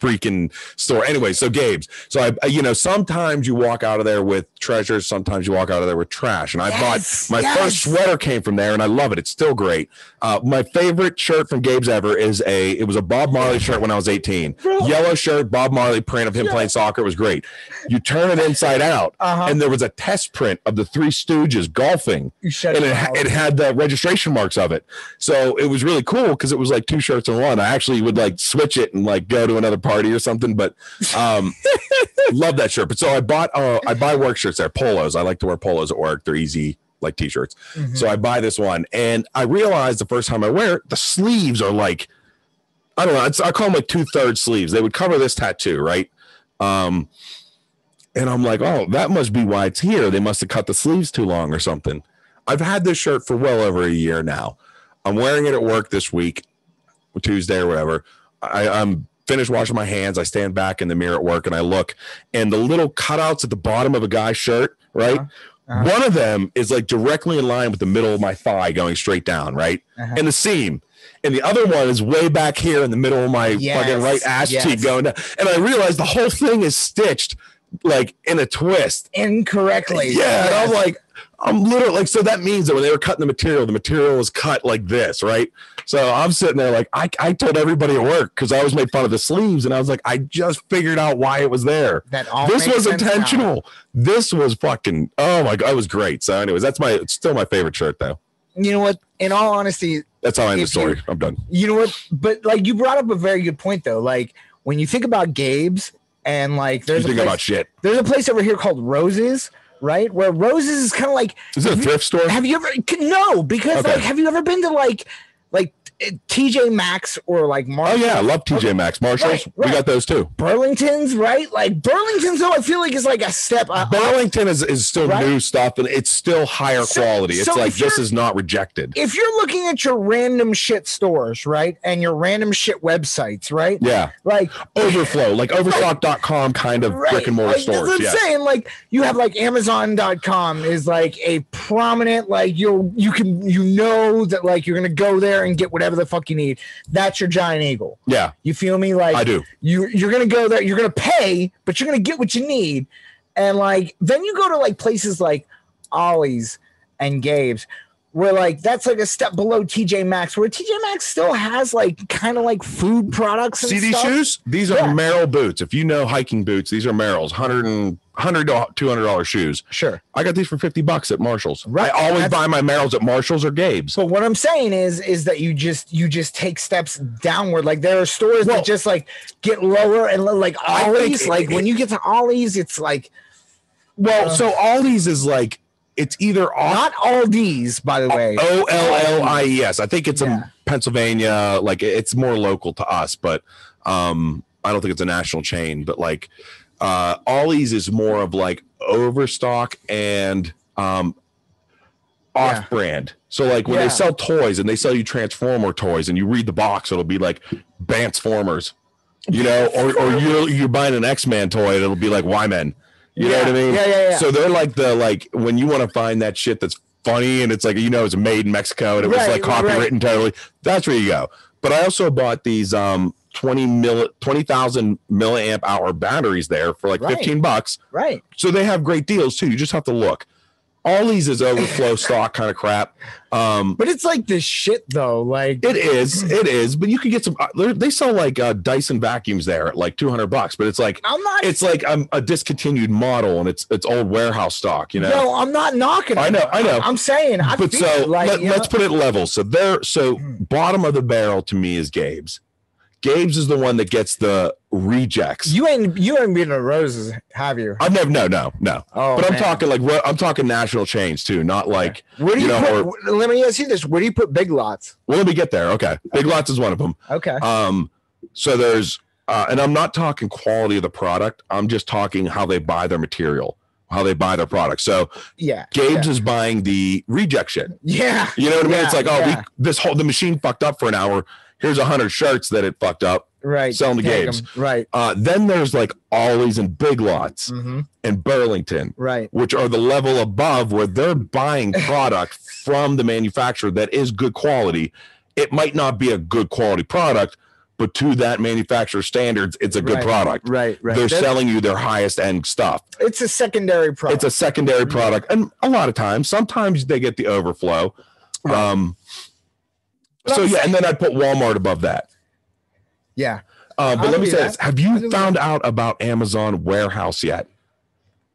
freaking store. Anyway, so Gabe's. So I, I- you know, sometimes you walk out of there with treasures, sometimes you walk out of there with trash. And I
Yes,
bought my
yes.
first sweater came from there and I love it. It's still great. Uh, my favorite shirt from Gabe's ever is a it was a Bob Marley shirt when I was 18.
Bro.
Yellow shirt, Bob Marley print of him
Yeah.
playing soccer. It was great. You turn it inside out.
Uh-huh.
And there was a test print of the Three Stooges golfing
You shut
and
your
it,
mouth.
ha- it had the registration marks of it. So it was really cool because it was like two shirts in one. I actually would like switch it and like go to another party or something. But um, love that shirt. But so I bought uh, I buy work shirts there, polos. I like to wear polos at work. They're easy like t-shirts.
Mhm.
So I buy this one and I realized the first time I wear it, the sleeves are like I don't know. It's, I call them like two thirds sleeves. They would cover this tattoo, right? Um, And I'm like, oh, that must be why it's here. They must have cut the sleeves too long or something. I've had this shirt for well over a year now. I'm wearing it at work this week, Tuesday or whatever. I, I'm finished washing my hands. I stand back in the mirror at work and I look, and the little cutouts at the bottom of a guy's shirt, right?
Uh-huh.
One of them is like directly in line with the middle of my thigh going straight down, right?
Uh-huh.
And the seam. And the other one is way back here in the middle of my
Yes,
fucking right ass
yes.
cheek going down. And I realized the whole thing is stitched like in a twist.
incorrectly.
Yeah, and I'm like, I'm literally like, so that means that when they were cutting the material, the material was cut like this, right? So I'm sitting there like, I, I told everybody at work because I always made fun of the sleeves, and I was like, I just figured out why it was there.
that all
this
makes
was
sense now.
intentional. This was fucking. Oh my god, it was great. So, anyways, that's my it's still my favorite shirt though.
You know what? In all honesty,
That's how I end the
If you-
story. I'm done.
you know what? But like you brought up a very good point though. Like when you think about Gabe's and like
You
there's a
think
place,
about shit.
there's a place over here called Roses, right? Where Roses is kind of like
Is it a thrift store?
have you ever no because
Okay.
like have you ever been to like like eh, TJ Maxx or like Mark
Oh yeah, I love TJ Maxx, Marshalls.
Right,
We
right.
got those too.
Burlington's right like Burlington's though I feel like is like a step up.
Burlington is, is still
Uh-huh. Right.
new stuff and it's still higher
So-
quality. It's
so
like
if you're-
this is not rejected.
if you're looking at your random shit stores, right, and your random shit websites, right,
Yeah.
like
Overflow, like overstock.com kind of
Right.
brick and mortar
like, That's
stores.
what I'm
Yeah.
saying. Like you have like Amazon.com is like a prominent, like you you can you know that like you're gonna go there and get whatever the fuck you need. That's your giant eagle.
Yeah.
You feel me? Like
I do.
you you're gonna go there, you're gonna pay, but you're gonna get what you need. And like then you go to like places like Ollie's and Gabe's. Where like that's like a step below TJ Maxx, where TJ Maxx still has like kind of like food products. And
See these
stuff.
shoes? These are
Yeah.
Merrill boots. If you know hiking boots, these are Merrill's 100 and 100 to 200 dollar shoes.
Sure.
I got these for 50 bucks at Marshalls.
Right.
I always
That's-
buy my Merrill's at Marshalls or Gabe's.
So what I'm saying is, is that you just you just take steps downward. Like there are stores
Well-
that just like get lower and lo- like
I think
Ollie's.
it-
Like
it-
when you get to Ollie's, it's like
Well,
Uh,
so all these is like it's either off
not all these, by the way.
O L L I E S. I think it's
Yeah.
in Pennsylvania. Like it's more local to us, but um, I don't think it's a national chain. But like uh, Ollie's is more of like Overstock and um,
Yeah.
off-brand. So like when
Yeah.
they sell toys and they sell you Transformer toys, and you read the box, it'll be like Bansformers, you know, or or you you're buying an X Man toy, and it'll be like Y Men. You know
Yeah.
what I mean?
Yeah, yeah, yeah.
So they're like the like when you want to find that shit that's funny and it's like you know it's made in Mexico and it was
Right,
like copywritten totally. That's where you go. But I also bought these um 20 mill 20,000 milliamp hour batteries there for like
Right.
15 bucks.
right.
So they have great deals too. You just have to look. All these is overflow
*laughs*
stock kind of crap. Um
But it's like this shit though. Like
it is, it is, but you can get some. uh, they're- They sell like uh, Dyson vacuums there at like two hundred bucks, but it's like
I'm not.
it's like um, a discontinued model and it's it's old warehouse stock, you know.
No, I'm not knocking.
I
it.
know, I know.
I'm saying. I
but
feel
so
like,
let,
you
us
know-
put it level. So there, so
Hmm.
bottom of the barrel to me is Gabe's. Gabe's is the one that gets the rejects.
You ain't you ain't been to roses, have you?
I've never, no, no, no.
Oh,
but I'm
man.
talking like ro- I'm talking national chains too, not like.
Where do
you
you,
know,
put? let me ask you this: Where do you put big lots?
Well, let me get there. Okay, Big Lots is one of them.
Okay.
Um, so there's, uh, and I'm not talking quality of the product. I'm just talking how they buy their material, how they buy their product. So
yeah. *laughs*
Gabe's is buying the reject shit.
Yeah.
You know what I mean?
Yeah,
It's like, oh,
yeah.
we, this whole the machine fucked up for an hour. Here's a hundred shirts that it fucked up.
Right.
Selling the
Take
games.
'em. Right.
Uh, then there's like Ollie's and Big Lots
hmm
and Burlington,
Right.
which are the level above where they're
*laughs*
buying product from the manufacturer that is good quality. It might not be a good quality product, but to that manufacturer standards, it's a good
Right,
product.
Right. Right.
They're
That's-
selling you their highest end stuff.
It's a secondary product.
It's a secondary
Mm-hmm.
product, and a lot of times, sometimes they get the overflow.
Right.
Um,
But
so
I'm
yeah, and then I'd put Walmart above that.
yeah.
Uh, but
I'll
let me
do
say
that.
this: Have
I'll
you
do
found out about Amazon Warehouse yet?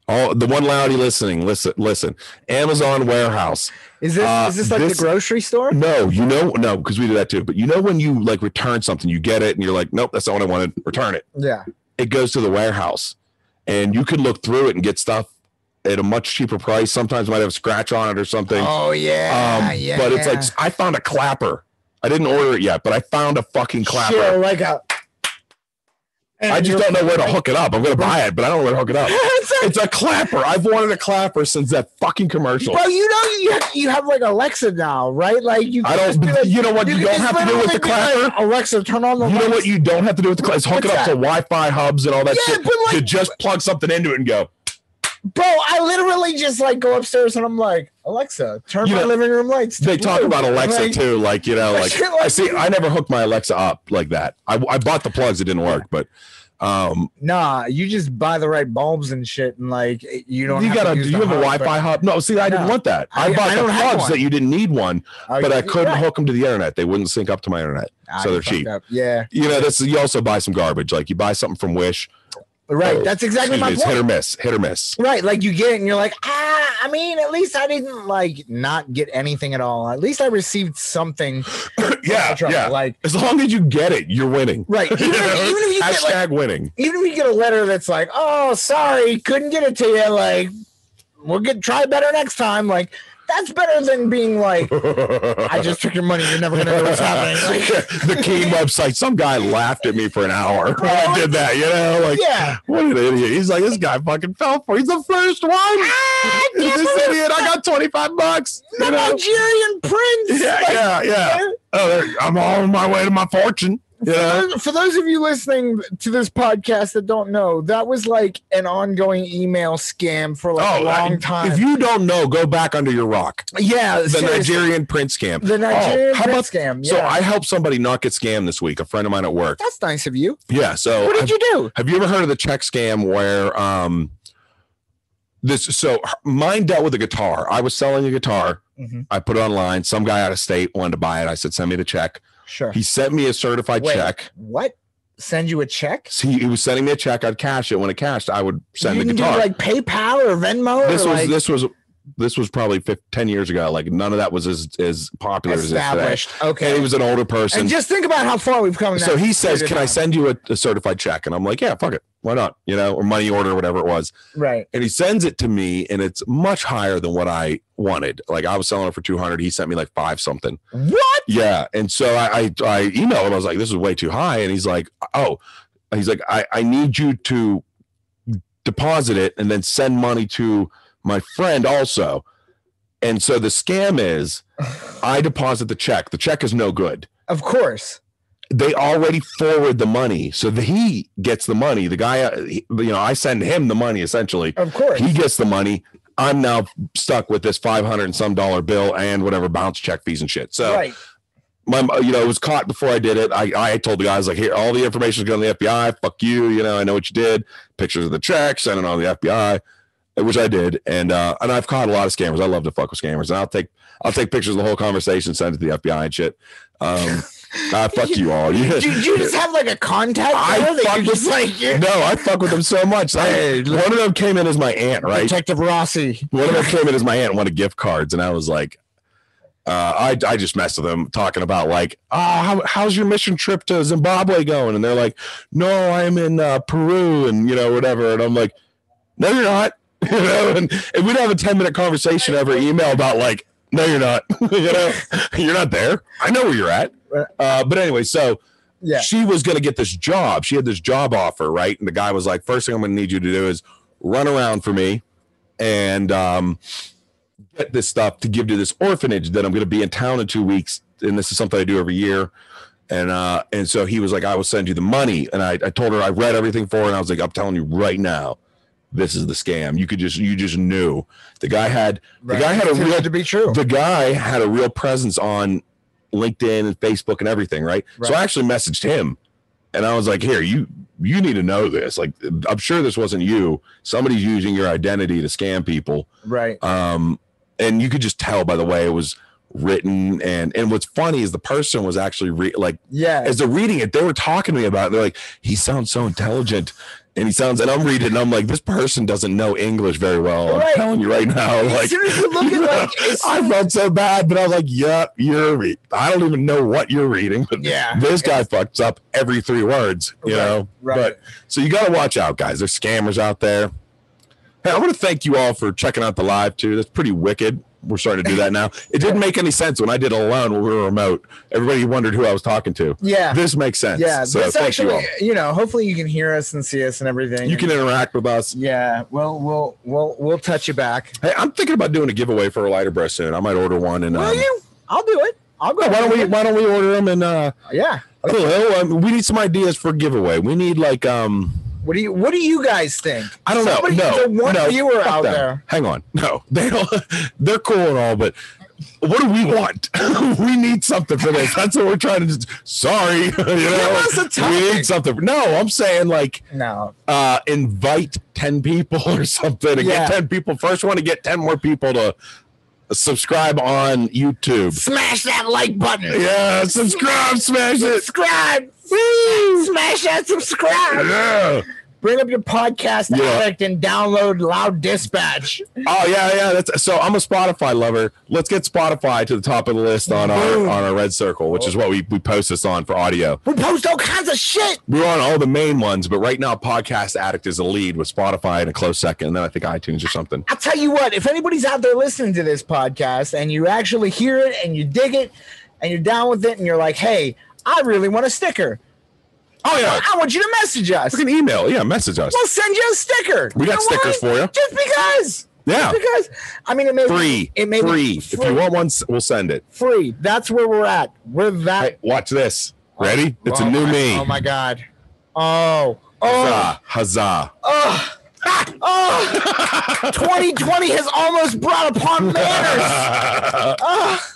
Oh, the one loudy listening, listen, listen. Amazon Warehouse.
Is this
Uh,
is this like
this-
the grocery store?
No, you know, no, because we do that too. But you know, when you like return something, you get it, and you're like, nope, that's not what I wanted. Return it.
Yeah.
It goes to the warehouse, and you can look through it and get stuff at a much cheaper price. Sometimes it might have a scratch on it or something.
Oh yeah.
um,
yeah.
but it's like I found a clapper. I didn't order it yet, but I found a fucking clapper.
Chill, like a
I just don't know where to hook it up. I'm gonna buy it, but I don't know where to hook it up.
*laughs* it's
It's a clapper. I've wanted a clapper since that fucking commercial.
Bro, you know you have, you have like Alexa now, right? Like you.
I
can
don't.
just be like-
You know what? You,
can
don't
just
have to do with
literally
the
be like,
clapper.
Alexa, turn on the.
You know
lights."
what? You don't have to do with the clapper. It's hook it
What's
up to Wi-Fi hubs and all that
Yeah,
shit.
but like-
you just plug something into it and go.
Bro, I literally just like go upstairs and I'm like, Alexa, turn
You
my
know,
living room lights. to
They talk
blue."
about Alexa
Like,
too, like you know, like
*laughs* Shit like
I see. I never hooked my Alexa up like that. I, I bought the plugs. It didn't work, but um,
Nah, you just buy the right bulbs and shit, and like it- you
you,
don't. have
gotta.
To
Do
use
you
the
have a
hub,
Wi-Fi hub? No, see, I didn't
No.
want that. I,
I-
bought
I
the
don't have
plugs
one. Oh,
that you didn't need one,
but-
but I couldn't
Right.
hook them to the internet. They wouldn't sync up to my internet.
Ah,
so
you
they're
fucked
cheap.
up. Yeah,
You know, this you also buy some garbage. Like you buy something from Wish. Oh,
right. That's
Excuse
exactly
me,
my
it's hit or
point.
miss. Hit or miss.
Right, like you get it and you're like, ah, I mean, at least I didn't like not get anything at all. At least I received something.
yeah,
from it.
yeah.
Like
As long as you get it, you're winning. *laughs*
right, even,
You know?
if, even if you get like
Hashtag winning. *laughs*
even if you get a letter that's like, oh, sorry, couldn't get it to you, like, we'll get try better next time. Like, that's better than being like, I
I
just took your money. You're never gonna know what's happening. Like,
*laughs* the Keen website. Some guy laughed at me for an hour *laughs* when I did that. You know, like
yeah,
what an idiot. He's like, this guy fucking fell for. He's the first one.
Ah,
*laughs*
can't
this
believe
idiot. I got twenty five bucks.
the
You know?
Nigerian prince.
Yeah,
Like,
yeah, yeah. Oh, there, I'm on my way to my fortune. You know.
For those of you listening to this podcast that don't know, that was like an ongoing email scam for like a
Oh, I-
long time.
If you don't know, go back under your rock.
yeah,
The
seriously.
Nigerian Prince scam.
the Nigerian
Oh, how
prince scam. Yeah,
So I helped somebody not get scammed this week. A friend of mine at work.
that's nice of you.
Yeah. So
what did
I've-
you do?
have you ever heard of the check scam where um this? So her- mine dealt with a guitar. I was selling a guitar.
Mhm.
I put it online. Some guy out of state wanted to buy it. I said, send me the check.
Sure.
He sent me a certified
Wait.
check.
What? Send you a check?
So he, he was sending me a check. I'd cash it. When it cashed, I would send
you
the
can
guitar.
Do like PayPal or Venmo.
this
or
was
like
this was this was probably 15, 10 years ago. Like none of that was as as popular as it is today.
established.
And
Okay.
he was an older person.
and just think about how far we've come. in
so
that
he says,
period of
"Can I
time."
send you a, a certified check?" And I'm like, "Yeah, fuck it, why not?" You know, or money order, whatever it was.
right?
And he sends it to me, and it's much higher than what I wanted. Like I was selling it for 200. He sent me like five something.
What?
Yeah, and so I I, I emailed him. I was like, "This is way too high," and he's like, "Oh," he's like, "I I need you to deposit it and then send money to my friend also." And so the scam is I deposit the check. The check is no good.
Of course.
They already forward the money, so the, he gets the money. The guy, uh, he- you know, I send him the money essentially.
Of course.
He gets the money. I'm now stuck with this five hundred and some dollar bill and whatever bounce check fees and shit. So
right.
my you know it was caught before I did it. I I told the guys like here all the information's going to the FBI. Fuck you. You know I know what you did. Pictures of the check, send it on the FBI, which I did. And uh and I've caught a lot of scammers. I love to fuck with scammers. And I'll take I'll take pictures of the whole conversation, send it to the FBI and shit.
*laughs*
Um, I fuck you all.
Do, do you just have like a contact?
I
there that
fucking-
you just like
*laughs*
you-
no, I fuck with them so much. I,
Hey,
one of them came in as my aunt, right?
Detective Rossi.
one of them came in as my aunt wanted gift cards, and I was like, uh, I I just messed with them talking about like, ah, how, how's your mission trip to Zimbabwe going? And they're like, no, I'm in uh, Peru, and you know whatever. And I'm like, no, you're not. *laughs* You know, and, and we'd have a ten minute conversation over email about like, no, you're not. *laughs* you know, you're not there. I know where you're at. Uh, but anyway, so
Yeah.
she was going to get this job. She had this job offer, right? And the guy was like, first thing I'm going to need you to do is run around for me and um, get this stuff to give to this orphanage that I'm going to be in town in two weeks. And this is something I do every year. And uh, and so he was like, I will send you the money. And I, I told her I read everything for her. And I was like, I'm telling you right now, this is the scam. You could just you just knew the guy had the guy had a
Too
real
good to be true.
the guy had a real presence on LinkedIn and Facebook and everything, right? So I
Right.
actually messaged him and I was like, here, you you need to know this. Like I'm sure this wasn't you. Somebody's using your identity to scam people.
right.
Um and you could just tell by the way it was written and and what's funny is the person was actually re- like
Yeah.
as they're reading it, they were talking to me about it. They're like, he sounds so intelligent. And he sounds, and I'm reading, it, and I'm like, this person doesn't know English very well. I'm
Right.
telling you right now. Like,
Seriously,
*laughs*
look at like. it's-
I felt so bad, but I was like, "Yep, you're. Re- I don't even know what you're reading, but
Yeah.
this guy fucks up every three words, you
Right,
know."
right.
But so you got to watch out, guys. There's scammers out there. Hey, I want to thank you all for checking out the live too. That's pretty wicked. we're starting to do that now. It didn't make any sense when I did it alone when we were remote. Everybody wondered who I was talking to.
Yeah.
This makes sense.
yeah.
So
this
thank you
actually,
all.
you, know, hopefully you can hear us and see us and everything.
You can interact with us.
Yeah. Well, we'll we'll we'll touch you back.
Hey, I'm thinking about doing a giveaway for a lighter brush soon. I might order one and
Will
um,
you? I'll do it. I'll go.
why don't we why don't we order them and uh
Yeah.
hello, um, we need some ideas for giveaway. We need like um
What do you What do you guys think?
I don't
Somebody-
know. No,
the one
no,
viewer
fuck
out
them.
there.
Hang on. No, *laughs* they don't. They're cool and all, but what do we want? *laughs* we need something for this. That's what we're trying to. Sorry, *laughs* you know,
us a
we
topic.
need something. No, I'm saying like
No.
uh invite ten people *laughs* or something. And
Yeah.
Get ten people. First one to get ten more people to subscribe on YouTube.
Smash that like button.
Yeah, subscribe, smash it.
Subscribe. Smash that subscribe.
Yeah.
Bring up your podcast
Yeah.
addict and download Loud Dispatch.
Oh yeah, yeah. That's so. I'm a Spotify lover. Let's get Spotify to the top of the list on our
Boom.
on our red circle, which is what we we post this on for audio.
We post all kinds of shit.
We're on all the main ones, but right now, Podcast Addict is a lead with Spotify in a close second, and then I think iTunes or something.
I'll tell you what, if anybody's out there listening to this podcast and you actually hear it and you dig it and you're down with it and you're like, hey, I really want a sticker.
Oh yeah,
I want you to message us.
fucking email. Yeah, message us.
We'll send you a sticker.
We got
You know
stickers
why?
for you.
Just because.
Yeah.
Just because. I mean, it may
Free,
It may
free.
Be
If you want one, s- we'll send it.
free. That's where we're at. We're that.
Hey, watch this. Ready? It's
Oh
a new
my-
me. uh,
Oh my god. Oh. Oh.
Huzzah! Huzzah!
Oh. Oh. 2020 has almost brought upon manners. Oh,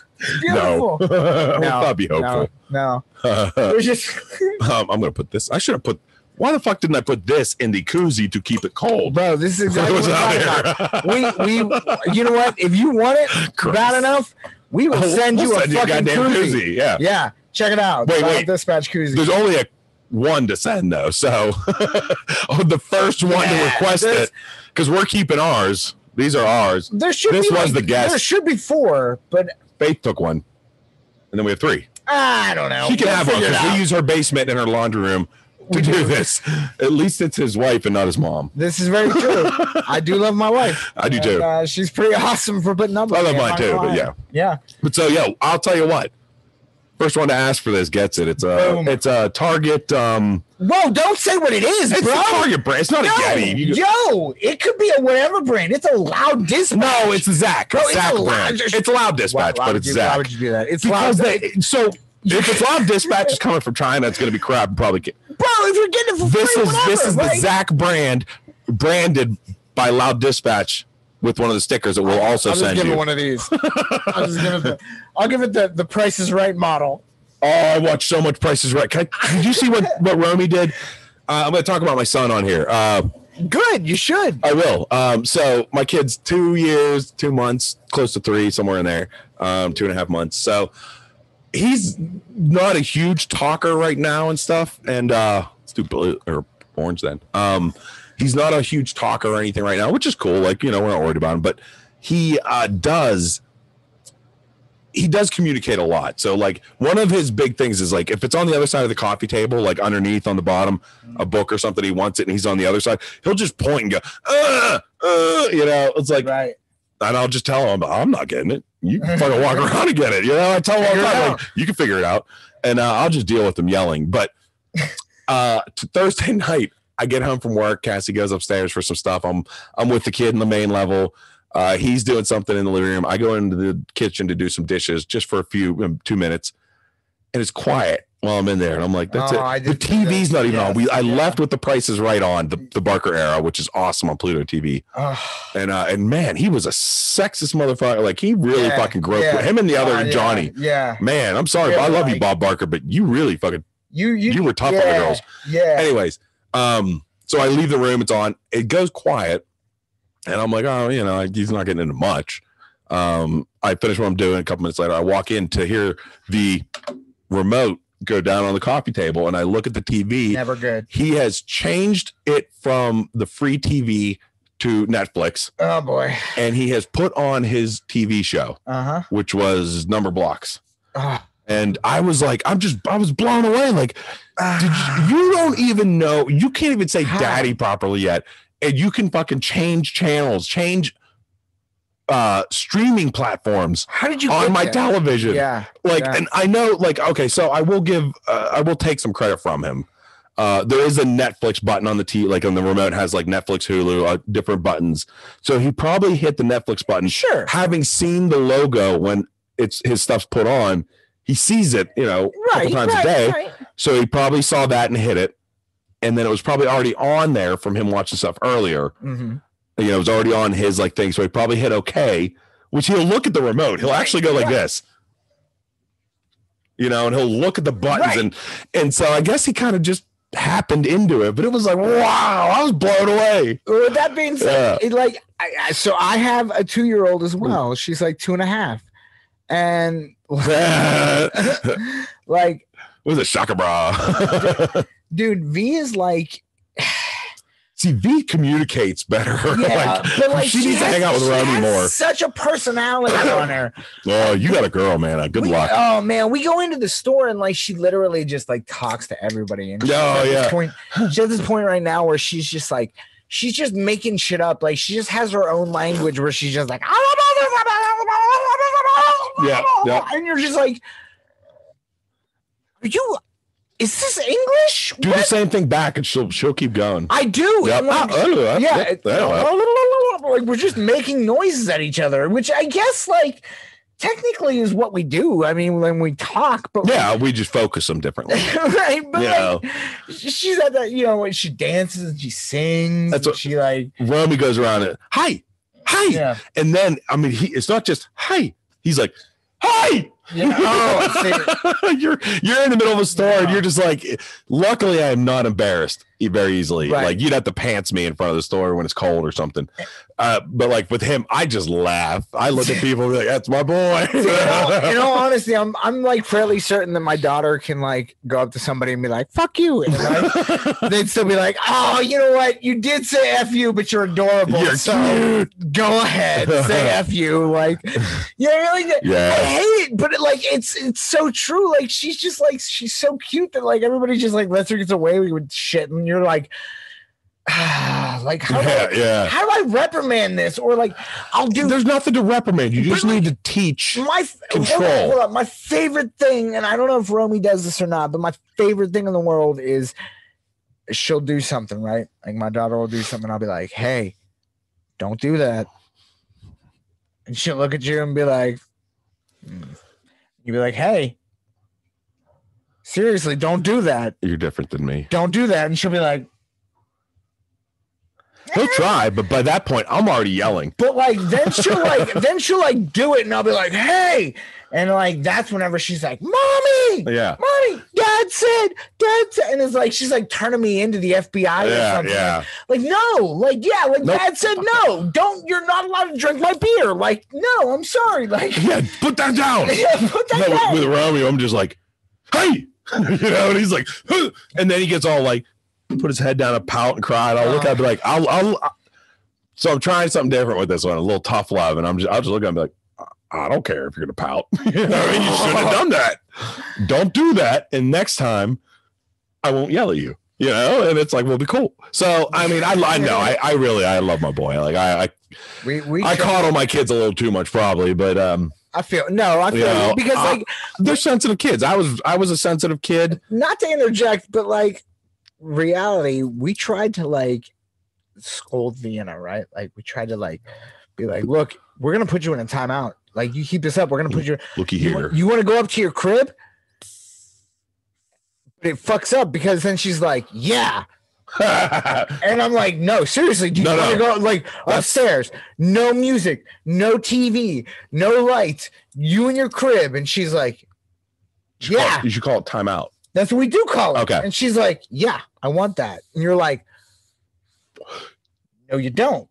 *laughs*
it's
no,
beautiful.
*laughs* we'll not be
no,
hopeful.
no.
*laughs*
We're just *laughs*
Um, I'm gonna put this. I should have put. Why the fuck didn't I put this in the koozie to keep it cold?
bro. This is exactly
What's
what
out
I'm talking
here?
about. We we. You know what? If you want
*laughs*
it
Christ.
bad enough, we will send you
We'll
a fucking
goddamn
koozie.
Yeah.
Yeah, check it out.
Wait,
Loud
wait.
Dispatch koozie.
There's only a one to send though, so *laughs* oh, the first one to
Yeah,
request
this-
it because we're keeping ours. These are ours.
There should
This
be
was
like-
the guess.
There should be four, but
Faith took one, and then we have three.
I don't know.
She can
Oh, We'll
have one
figure it
because
out.
we use her basement and her laundry room to
*laughs*
do this. At least it's his wife and not his mom.
This is
*laughs*
very true. I do love my wife.
I do
And,
too.
Uh, she's pretty awesome for putting numbers.
I love
in,
mine
not
too,
gonna
but
lie.
yeah.
yeah.
But so yeah, I'll tell you what. First one to ask for this gets it. It's a
Boom.
it's a Target. Um,
Whoa! Don't say what it is,
it's
bro.
a Target brand. It's not
No,
a Yeti. You-
yo, it could be a whatever brand. It's a loud dispatch.
no, it's Zach.
Bro, it's
Zach
a loud-
brand. It's loud dispatch,
why
but
would
it's
you, Why
Zach
would you do that? It's
because
loud.
they so. If it's loud dispatch is coming from China, it's going to be crap. and Probably get,
bro, if you're getting it for
this
free,
is
whatever,
this is the
right?
Zach brand branded by Loud Dispatch with one of the stickers that we'll also
I'll just
send
give it
you.
one of these. I'll just give it the. I'll give it the the Price is Right model.
Oh, I watched so much Prices Right. Can I, did you see what what Romy did? Uh, I'm going to talk about my son on here. Uh,
Good, you should.
I will. Um, so my kid's two years, two months, close to three, somewhere in there, um, two and a half months. So he's not a huge talker right now and stuff. And uh, let's do blue or orange then. Um, he's not a huge talker or anything right now, which is cool. Like you know, we're not worried about him, but he uh, does. He does communicate a lot. So, like, one of his big things is like, if it's on the other side of the coffee table, like underneath on the bottom, a book or something, he wants it, and he's on the other side, he'll just point and go, uh, uh, you know, it's like,
right.
and I'll just tell him, I'm not getting it. You can fucking
*laughs*
walk around and get it. You know, I tell him all the
Figure it
time,
out.
like, you can figure it out. And uh, I'll just deal with them yelling.
*laughs*
But uh, t- Thursday *laughs* night, I get home from work. Cassie goes upstairs for some stuff. I'm I'm with the kid in the main level. Uh, he's doing something in the living room. I go into the kitchen to do some dishes just for a few um, two minutes, and it's quiet while I'm in there. And I'm like, that's
Oh,
it.
I
the
did see that.
TV's not even on.
Yes,
We I
yeah.
left with the prices right on the, the Barker era, which is awesome on Pluto TV
Ugh.
and uh, and man, he was a sexist motherfucker. Like he really
Yeah,
fucking groped
yeah.
him and the other
Oh, yeah,
Johnny.
Yeah.
Man, I'm sorry,
Yeah,
I love you,
like-
Bob Barker, but you really fucking
You you,
you, were tough on the girls.
Yeah.
Anyways, um, so I leave the room. It's on. It goes quiet, and I'm like, oh, you know, he's not getting into much. Um, I finish what I'm doing. A couple minutes later, I walk in to hear the remote go down on the coffee table, and I look at the TV
Never good.
he has changed it from the free TV to Netflix,
Oh boy.
and he has put on his TV show,
Uh-huh.
which was Number Blocks.
Ugh.
And I was like, I'm just, I was blown away. Like, did you, you don't even know, you can't even say
Ah. How?
daddy properly yet. And you can fucking change channels, change uh streaming platforms
How did you
on
get
my
there?
television
Yeah,
like
yeah.
and i know like okay so i will give uh, i will take some credit from him uh there is a netflix button on the t like on the remote has like netflix hulu uh, different buttons so he probably hit the netflix button
sure,
having seen the logo when it's his stuff's put on he sees it you know a
right,
couple times
right,
a day
right.
so he probably saw that and hit it and then it was probably already on there from him watching stuff earlier
Mhm.
you know, it was already on his like thing, so he probably hit okay, which he'll look at the remote. He'll actually go like
Right.
this. You know, and he'll look at the buttons
Right.
and and so I guess he kind of just happened into it, but it was like, wow, I was blown away.
Well, With that being said, it, like, I, I, so I have a two-year-old
Hmm.
as well. She's like two and a half,
*laughs*
and *laughs*
it
like
was a shocker bra.
dude v is like
*laughs* See, V communicates better.
yeah
*laughs* like,
but like
she, needs to
has-
hang out with
she
Ronnie
has
more.
such a personality on her
Oh, you got a girl, man. Uh, Good
We-
luck.
oh man we go into the store and like she literally just like talks to everybody and she's
Oh,
at this
yeah.
point she's at this point right now where she's just like she's just making shit up like she just has her own language where she's just like "Ah,
Yeah, yeah.
and you're just like are you is this english
Do the
What?
same thing back, and she'll she'll keep going.
i do
Yep.
And, like,
Ah, I don't know.
yeah,
Yep,
it-
I don't know.
like we're just making noises at each other, which I guess like technically is what we do. I mean, when we talk, but
Yeah, we just focus them differently.
*laughs* right. But
Yeah.
like, she's at that, you know, when she dances and she sings.
That's
and
what-
she like.
Romy goes around it. Hi, hi,
Yeah,
and then I mean, he it's not just hi. He's like, hi. *laughs*
yeah. Oh, see,
you're you're in the middle of a store and
Yeah.
you're just like. Luckily, I am not embarrassed e- very easily.
Right.
Like you'd have to pants me in front of the store when it's cold or something. Uh, but like with him, I just laugh. I look
*laughs*
at people and be like, "That's my boy."
in, all, in all honesty, I'm I'm like fairly certain that my daughter can like go up to somebody and be like, "Fuck you," and
*laughs*
like, they'd still be like, "Oh, you know what? You did say f you, but you're
*laughs*
adorable.
You're
so
*laughs*
go ahead, say f you." Like, you know, like I
yeah,
hate it, but it, like it's it's so true. Like she's just like she's so cute that like everybody just like lets her get away with shit, and you're like, *sighs* ah, like how do
yeah,
I,
yeah.
how do I reprimand this? Or like I'll do
There's nothing to reprimand. You
But
just
like-
need to teach.
my f-
Control.
Hold on, hold on. My favorite thing, and I don't know if Romy does this or not, but my favorite thing in the world is she'll do something, right? Like my daughter will do something. I'll be like, hey, don't do that. And she'll look at you and be like, mm. you'll be like, hey, seriously, don't do that.
You're different than me.
Don't do that. And she'll be like,
He'll try, but by that point, I'm already yelling.
But like then
*laughs*
she'll like then she'll like do it and I'll be like, hey. And like that's whenever she's like, Mommy,
Yeah.
mommy, dad said, dad said and it's like she's like turning me into the FBI or
Yeah,
something.
yeah.
Like, no, like yeah, like
Nope.
dad said no, don't you're not allowed to drink my beer. Like, no, I'm sorry. Like *laughs*
Yeah, put that down.
yeah, put that
No, with-
down.
with, Romeo, I'm just like, hey, *laughs* you know, and he's like, huh. and then he gets all like, put his head down and pout and cry, and I'll look
Oh.
at him, be like, I'll, I'll, I- So I'm trying something different with this one, a little tough love, and I'm just, I'll just look at him and be like, I I don't care if you're gonna pout. *laughs* you know, what I mean, you shouldn't have done that. Don't do that, and next time, I won't yell at you. You know, and it's like we'll be cool. So I mean, I, I know, I, I really, I love my boy. Like I, I,
we we
I
should-
coddle my kids a little too much, probably, but um.
I feel no, I feel
You know,
because
I-
like
they're sensitive kids. I was I was a sensitive kid.
not to interject, but like reality, we tried to like scold Vienna, right? Like we tried to like be like, look, we're gonna put you in a timeout. Like you keep this up, we're gonna put you.
Looky *laughs*
You,
here.
wa- you want to go up to your crib? But it fucks up because then she's like, yeah,
yeah,
and I'm like, no, seriously, do you
No,
want to
no.
go like upstairs? No music, no TV, no lights. You in your crib, and she's like, yeah.
Oh, you should call it timeout.
That's what we do call it.
Okay.
And she's like, Yeah, I want that. And you're like, No, you don't.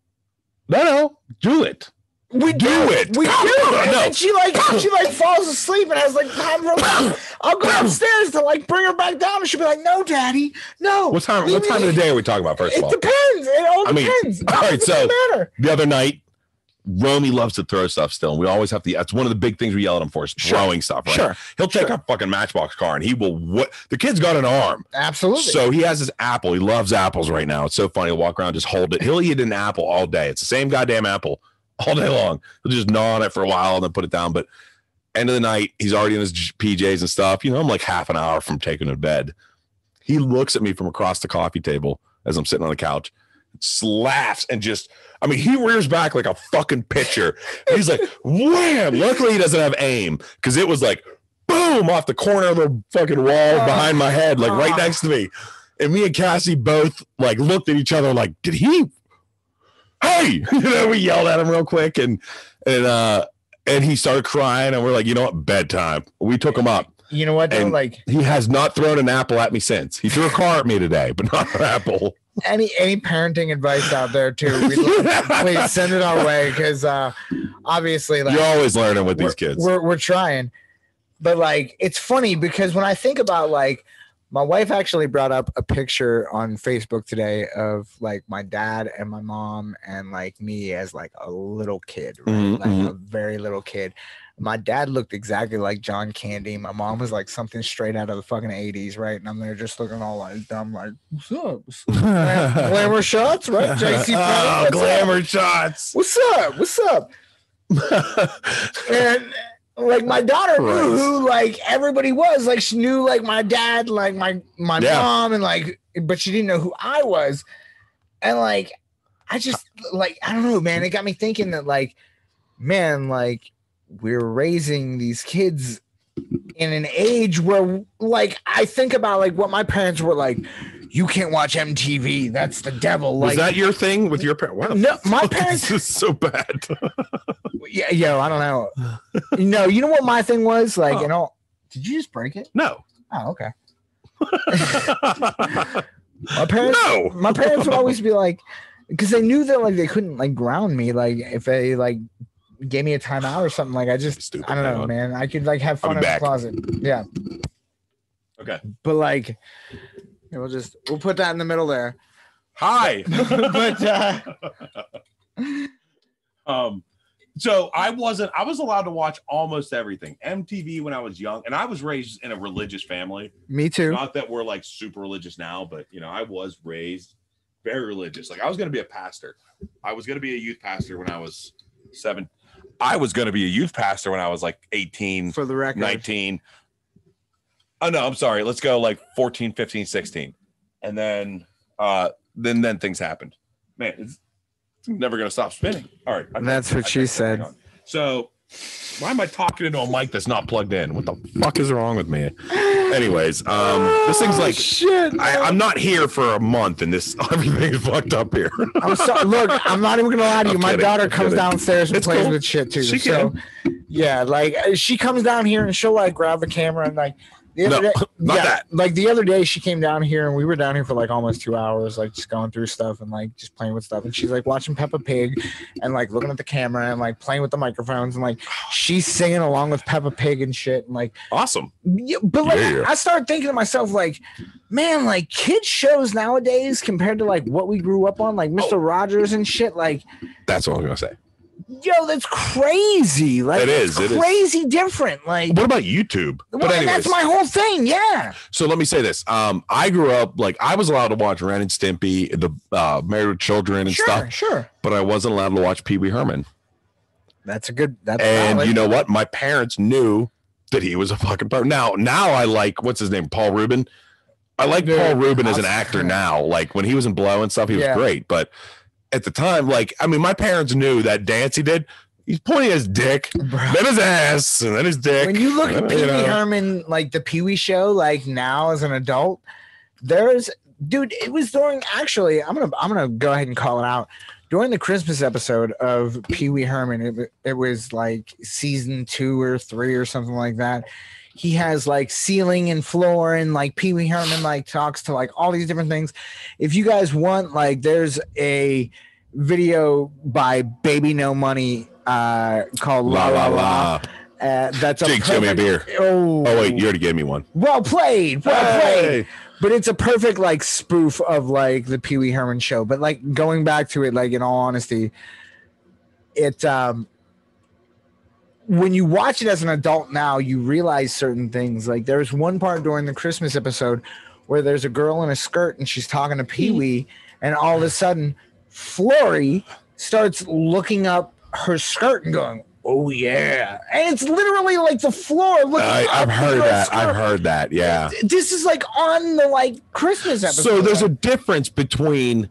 No, no, do it.
We
Do it.
We do it.
No.
And she like she like falls asleep and has like
*coughs*
time for I'll go upstairs to like bring her back down. And she'll be like, No, daddy, no.
What time? What time of the day are we talking about? First of
It
all,
depends. It all
I mean,
depends.
all right,
It doesn't
so-
matter.
the other night, Romy loves to throw stuff still, and we always have to. That's one of the big things we yell at him for is
Sure.
throwing stuff. Right?
Sure.
He'll take
Sure.
a fucking Matchbox car, and he will. What the kid's got an arm.
Absolutely.
So he has his apple. He loves apples right now. It's so funny. He'll walk around, just hold it. He'll eat an apple *laughs* all day. It's the same goddamn apple all day long. He'll just gnaw on it for a while and then put it down. But end of the night, he's already in his PJs and stuff. You know, I'm like half an hour from taking him to bed. He looks at me from across the coffee table as I'm sitting on the couch, laughs and just, I mean, he rears back like a fucking pitcher. He's like, wham! Luckily, he doesn't have aim because it was like, boom, off the corner of the fucking wall behind my head, like right next to me. And me and Cassie both like looked at each other like, did he? Hey, *laughs* you know, we yelled at him real quick and and uh and he started crying and we're like, you know what? Bedtime. We took him up.
You know what? Though?
And-
Like
He has not thrown an apple at me since. He threw a car at me today, but not an apple.
any any parenting advice out there
*laughs*
too, we'd love- please send it our way because uh, obviously, like
You're always learning with these
we're,
kids.
We're we're trying. But like it's funny because when I think about like my wife actually brought up a picture on Facebook today of like my dad and my mom and like me as like a little kid, right?
Mhm,
like a very little kid. My dad looked exactly like John Candy. My mom was like something straight out of the fucking 80s, right? And I'm there just looking all like dumb, like, what's up? What's up?
*laughs*
Glamour shots, right? JC Penney,
oh,
what's up?
glamour
*laughs*
shots.
What's up? What's up? and like my daughter knew
Christ.
who like everybody was like she knew like my dad like my my
Yeah.
mom and like but she didn't know who i was and like i just like i don't know man it got me thinking that like man like we're raising these kids in an age where like i think about like what my parents were like you can't watch mtv that's the devil
Was
like
that your thing with your parents? Wow, *laughs*
no my parents
this is so bad.
yeah, yo, I don't know. no, you know what my thing was like, you know. Did you just break it?
No.
Oh, okay.
*laughs* no.
My parents, my parents would always be like, because they knew that like they couldn't like ground me like if they like gave me a timeout or something. Like I just,
Stupid.
I don't know, man. I could like have
I'll
fun
be
in
back.
the closet. Yeah,
Okay.
but like, yeah, we'll just we'll put that in the middle
*laughs*
there.
Hi.
but uh,
*laughs* Um, so I wasn't. I was allowed to watch almost everything MTV when I was young, and I was raised in a religious family.
me too.
Not that we're like super religious now, but you know, I was raised very religious. Like I was going to be a pastor. I was going to be a youth pastor when I was seven. I was going to be a youth pastor when I was like 18,
For the record,
19. Oh no, I'm sorry. Let's go like 14, 15, 16. And then uh then then things happened. Man, it's it's never gonna stop spinning. All right. I-
that's
I-
what
I-
she said.
hang on. So why am I talking into a mic that's not plugged in? What the
Fuck is wrong with me? Anyways, um, this thing's
Oh,
like
shit.
I, I'm not here for a month, and this *laughs* everything's fucked up here.
I'm sorry. Look, I'm not even gonna lie to you.
I'm
My
kidding.
daughter
I'm
comes
kidding.
downstairs and
It's
plays
cool.
with shit too.
She
so, yeah, like uh, she comes down here and she'll like grab the camera and like the
No,
other day,
*laughs* not
yeah,
that.
Like the other day, she came down here and we were down here for like almost two hours, like just going through stuff and like just playing with stuff. And she's like watching Peppa Pig and like looking at the camera and like playing with the microphones and like she's singing along with Peppa Pig and shit. And like,
awesome.
yeah, but like
Yeah.
I started thinking to myself, like, man, like kids shows nowadays compared to like what we grew up on, like Mr. Rogers and shit, like,
That's what I'm gonna say.
yo, that's crazy. Like
It
it's
is, it is.
crazy different. Like
What about YouTube?
well, and that's my whole thing, yeah.
so let me say this. Um, I grew up like I was allowed to watch Ren and Stimpy, the uh, Married with Children, and
Sure,
stuff,
sure.
but I wasn't allowed to watch Pee Wee Herman.
That's a good that's
And
valid.
you know what? My parents knew that he was a fucking part. Now, now I like what's his name, Paul Rubin. I like
Dude,
Paul Rubin as an
awesome.
actor now. Like when he was in Blow and stuff, he was
Yeah.
great. But at the time, like I mean, my parents knew that dance he did. He's pointing his dick,
Bro.
then his ass, and then his dick.
When you look
*laughs*
at
You
Pee Wee
know.
Herman, like the Pee Wee show, like now as an adult, there's dude, it was during actually, I'm gonna I'm gonna go ahead and call it out. During the Christmas episode of Pee Wee Herman, it, wa- it was like season two or three or something like that. He has like ceiling and floor, and like Pee Wee Herman like talks to like all these different things. If you guys want, like, there's a video by Baby No Money uh called
La la la.
uh, that's a
Jake, show me a
perfect- Oh,
Oh wait, you already gave me one.
well played, well played.
Hey!
But it's a perfect like spoof of like the Pee Wee Herman show. But like going back to it, like in all honesty, it um when you watch it as an adult now, you realize certain things. Like there's one part during the Christmas episode where there's a girl in a skirt and she's talking to Pee Wee, and all of a sudden, Flory starts looking up her skirt and going, "Oh yeah," and it's literally like the floor. Looking
I,
up
I've
at
heard
her
that.
skirt.
I've heard that. Yeah.
This is like on the like Christmas episode.
So there's a difference between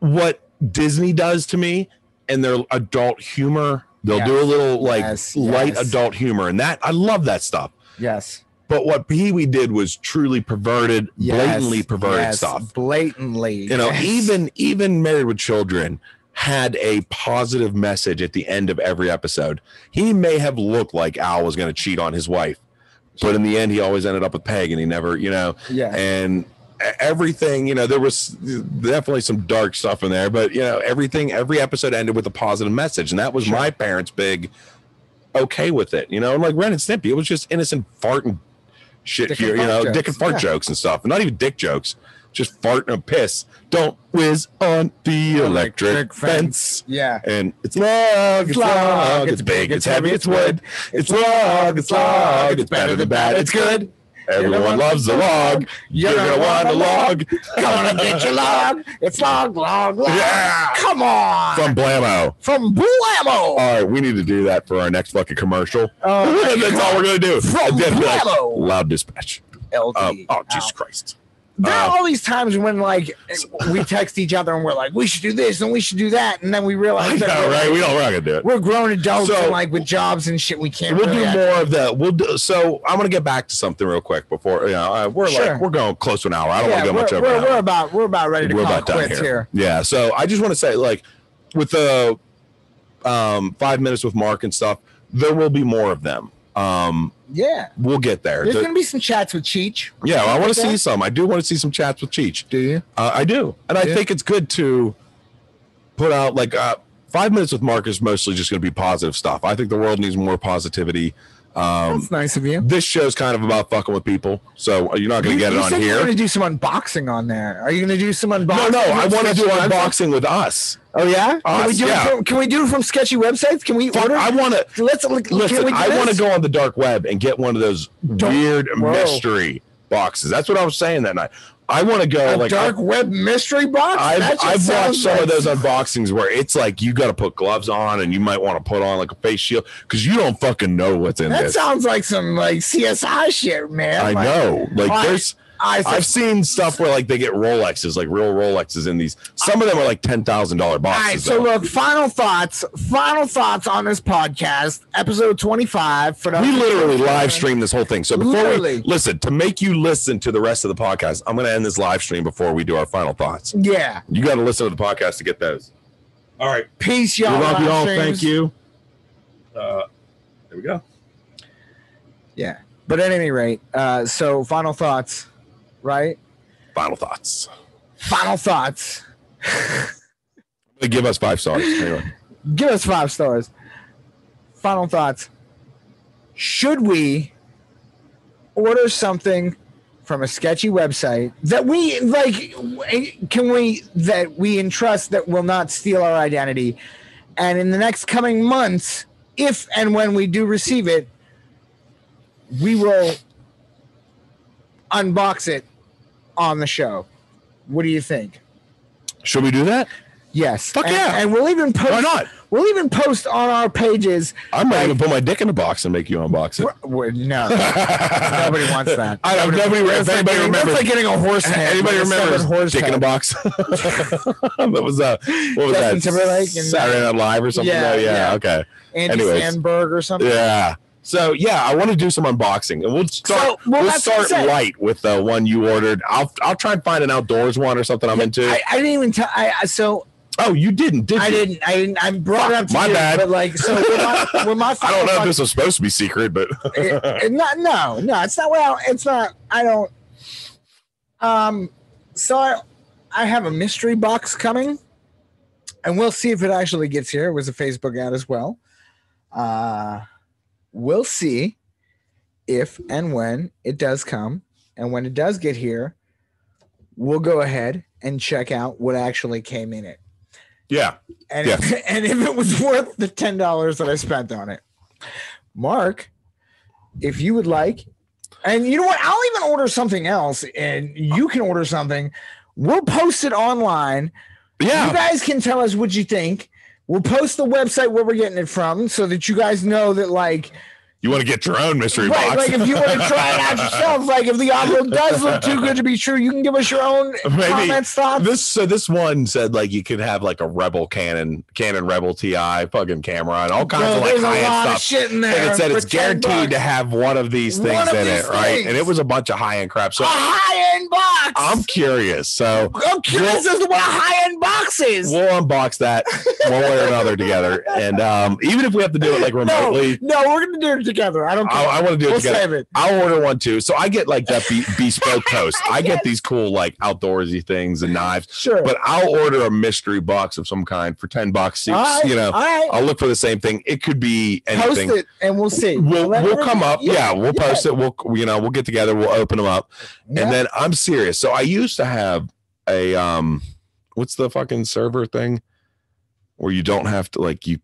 what Disney does to me and their adult humor. They'll do a little like
Yes,
light
yes.
adult humor, and that I love that stuff.
yes,
But what Pee Wee did was truly perverted,
yes,
blatantly perverted
yes,
stuff.
Blatantly,
You know,
yes.
even even Married with Children had a positive message at the end of every episode. He may have looked like Al was going to cheat on his wife, but in the end, he always ended up with Peg, and he never, you know,
*laughs* yeah,
and e- everything. You know, there was definitely some dark stuff in there, but you know, everything. Every episode ended with a positive message, and that was my parents' big okay with it. You know, and like Ren and Stimpy, it was just innocent fart and shit
Dick and
here. You know,
fart
dick
jokes,
and fart
yeah.
jokes and stuff, and not even dick jokes. Just fart and piss. Don't whiz on the electric,
Electric
fence.
fence. yeah.
And it's long, it's long, it's big, it's heavy, it's wood. It's long, it's long, it's better than bad, it's good. Everyone loves a log. You're gonna want a log.
*laughs* Come on and get
*laughs*
your log. It's log, log, log.
Yeah.
Come on.
From Oh, Blammo.
from Blammo.
All right, we need to do that for our next fucking commercial. *laughs*
Oh,
That's all we're gonna do.
From
And then be like,
Blammo.
Loud dispatch.
LD.
Um, oh, Jesus
Ow.
Christ.
There
uh,
are all these times when like
*laughs*
we text each other and we're like, we should do this and we should do that, and then we
I
realize that
know,
we're,
right? We don't. We're not gonna do it.
we're grown adults
So-
and like with jobs and shit. We can't.
We'll
really
do
act-
more of the. We'll do. So I'm gonna get back to something real quick before you know. Uh, we're
Sure.
like we're going close to an hour. I don't
yeah,
want to go
we're,
much over.
we're,
an hour.
we're about we're about ready to
we're
call
about done
quits
here.
here.
Yeah. So I just want to say, like, with the um, five minutes with Mark and stuff, there will be more of them. Um,
Yeah,
we'll get there.
there's
The-
gonna be some chats with Cheech.
yeah, I want to
Okay.
see some. I do want to see some chats with Cheech.
*laughs* Do you?
Uh, I do, and I
Yeah.
think it's good to put out like uh, five minutes with Mark is mostly just going to be positive stuff. I think the world needs more positivity. Um,
That's nice of you.
this show's kind of about fucking with people, so uh, you're not going to
You-
get it
you
on
said You're
here.
gonna do some unboxing on there. Are you gonna do some unboxing?
No, no,
from
I want to
sketchy
do
websites?
unboxing with us.
Oh yeah,
Us,
can we do
yeah.
it from, can we do it from sketchy websites? Can we
Fuck,
order?
I want to.
Let's look. can
Listen,
we do
I want to
this?
go on the dark web and get one of those
Don't-
weird
Whoa.
mystery boxes. That's what I was saying that night. I want to go
a
like
dark web mystery box.
I,
That
have
just
I've watched
sounds
some of
like-
those
*laughs*
unboxings where it's like you got to put gloves on and you might want to put on like a face shield because you don't fucking know what's in
That
this.
sounds like some like CSI shit, man.
I
Like,
know. Like
I-
there's
I
I've seen stuff where like they get Rolexes, like real Rolexes in these. Some of them are like ten thousand dollar
all right,
boxes.
so
though.
look, final thoughts, final thoughts on this podcast, episode twenty-five. For the
we literally live stream this whole thing. So before
Literally.
we listen, to make you listen to the rest of the podcast, I'm going to end this live stream before we do our final thoughts.
Yeah,
You got to listen to the podcast to get those.
All right.
peace, y'all.
we love
live
you all.
streams.
Thank you.
Uh, there we go.
Yeah, but at any rate, uh, so final thoughts, right?
Final thoughts.
Final thoughts.
Give us five stars. Anyway.
Give us five stars. Final thoughts. Should we order something from a sketchy website that we like? Can we that we entrust that will not steal our identity? And in the next coming months, if and when we do receive it, we will unbox it on the show. What do you think?
Should we do that?
Yes.
Fuck
and,
yeah.
And we'll even post.
Why not?
We'll even post on our pages.
I might even put my dick in a box and make you unbox it.
We're-
*laughs*
we're- no, nobody wants that.
I don't. Nobody. If
like
anybody
getting- that's
remembers,
like getting a horse head.
Anybody
It's
remembers
separate horse
dick in a
head.
box? *laughs* that was uh, what was
Justin
that?
Timberlake and-
Saturday Night Live or something.
Yeah,
though? yeah.
yeah.
Okay.
Andy
Anyways.
Sandberg or something.
Yeah. So yeah, I want to do some unboxing, and we'll start.
well,
we'll
that's what I'm
start
saying.
light with the one you ordered. I'll I'll try and find an outdoors one or something I'm into.
I, I didn't even tell. I I- so
oh, you didn't, did
I
you?
didn't. I didn't. I brought it up. To
My
you,
bad.
But like, so with my, with my
*laughs* I don't know if
final
this was supposed to be secret, but *laughs*
it- it- not no no it's not well it's not i don't um so i i have a mystery box coming and we'll see if it actually gets here it was a facebook ad as well uh we'll see if and when it does come and when it does get here we'll go ahead and check out what actually came in it
yeah,
and, if, *laughs* and if it was worth the ten dollars that I spent on it, Mark, if you would like, and you know what, I'll even order something else, and you can order something. We'll post it online.
yeah.
You guys can tell us what you think. We'll post the website where we're getting it from so that you guys know that like
You want to get your own mystery
right,
box.
like if you want to try
*laughs*
it out yourself, like if the envelope does look too good to be true, you can give us your own
Maybe.
comments, thoughts.
This so this one said like you could have like a rebel cannon, cannon rebel TI, fucking camera, and all kinds
Bro,
of like
there's
high
a lot
end
of
stuff.
shit in there.
And it said
for
it's
10
guaranteed to
bucks.
have one of these
One
things
of
in
these
it, right?
things.
And it was a bunch of high end crap. So
a high end box.
I'm curious. So
I'm curious as to what a high end box is.
we'll unbox that one way or another together, and um, even if we have to do it like remotely,
No, no, we're gonna do it together. I don't care.
I, I want to do it
we'll
together.
save it.
I'll order one too. So I get like
*laughs*
that be- bespoke toast. I get these cool like outdoorsy things and knives,
Sure.
but I'll order a mystery box of some kind for ten bucks. See-
all right,
You know,
all right.
uh, I'll look for the same thing. It could be
post
anything.
it and we'll see.
We'll
Let
we'll
everybody-
come up. Yeah, we'll post it. We'll you know we'll get together. We'll open them up,
yeah.
and then I'm serious. So I used to have a um, what's the fucking server thing, where you don't have to like you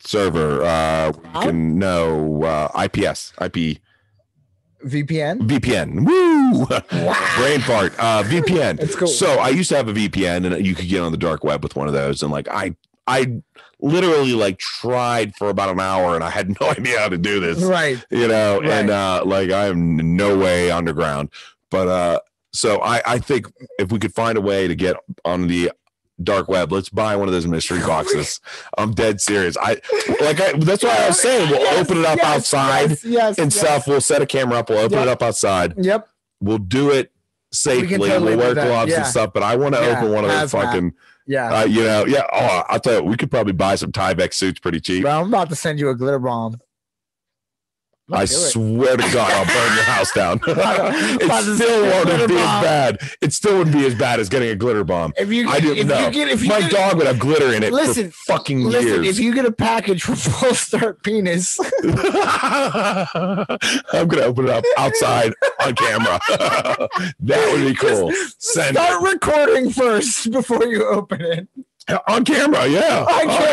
server uh where you
Huh?
can no uh ips ip
VPN.
VPN. Woo! *laughs* Brain fart.
*laughs*
Uh, VPN.
That's cool.
So I used to have a VPN, and you could get on the dark web with one of those. And like I, I literally like tried for about an hour, and I had *laughs* no idea how to do this.
Right.
You know,
Right.
and uh, like I am in no way underground. But uh, so I, I think if we could find a way to get on the dark web, let's buy one of those
*laughs*
mystery boxes. I'm dead serious. I like I, that's why I was saying we'll
Yes,
open it up
yes,
outside.
Yes. yes
And
yes.
stuff, we'll set a camera up, we'll open
Yeah.
it up outside
Yep.
we'll do it
can
safely. We
totally
will
do
wear
that,
gloves
yeah.
and stuff, but I want to
Yeah,
open one of those
hazmat.
fucking,
Yeah.
uh, you know, yeah. Oh, I'll tell you, we could probably buy some Tyvek suits pretty cheap.
Bro, I'm about to send you a glitter bomb.
I
do it.
swear to God, I'll burn your house
*laughs*
down. *laughs*
About to- about to
it still
send a glitter
wouldn't be as
bomb.
bad. It still wouldn't be as bad as getting a glitter bomb.
If you,
I didn't
if
know.
you get, if you
My
get,
dog would have glitter in it
Listen,
for fucking *laughs*
listen,
years.
if you get a package *laughs* for full start penis,
I'm gonna open it up outside on camera. *laughs* that would be cool. Send it.
start recording first *laughs* before you open it.
on camera, yeah.
On
Oh,
camera.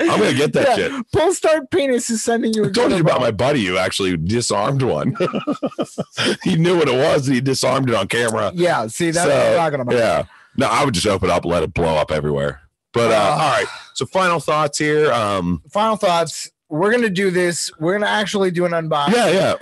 yeah. I'm gonna get that
Yeah,
shit.
Full start penis is sending you.
I
a
told you
glitter
about
bomb.
my buddy who actually disarmed one. *laughs* he knew what it was. He disarmed it on camera.
Yeah, see that's what
So,
I'm talking about.
Yeah. No, I would just open up, let it blow up everywhere. But uh,
Ah.
all right. So final thoughts here. Um,
Final thoughts. We're gonna do this. We're gonna actually do an unboxing.
yeah, yeah.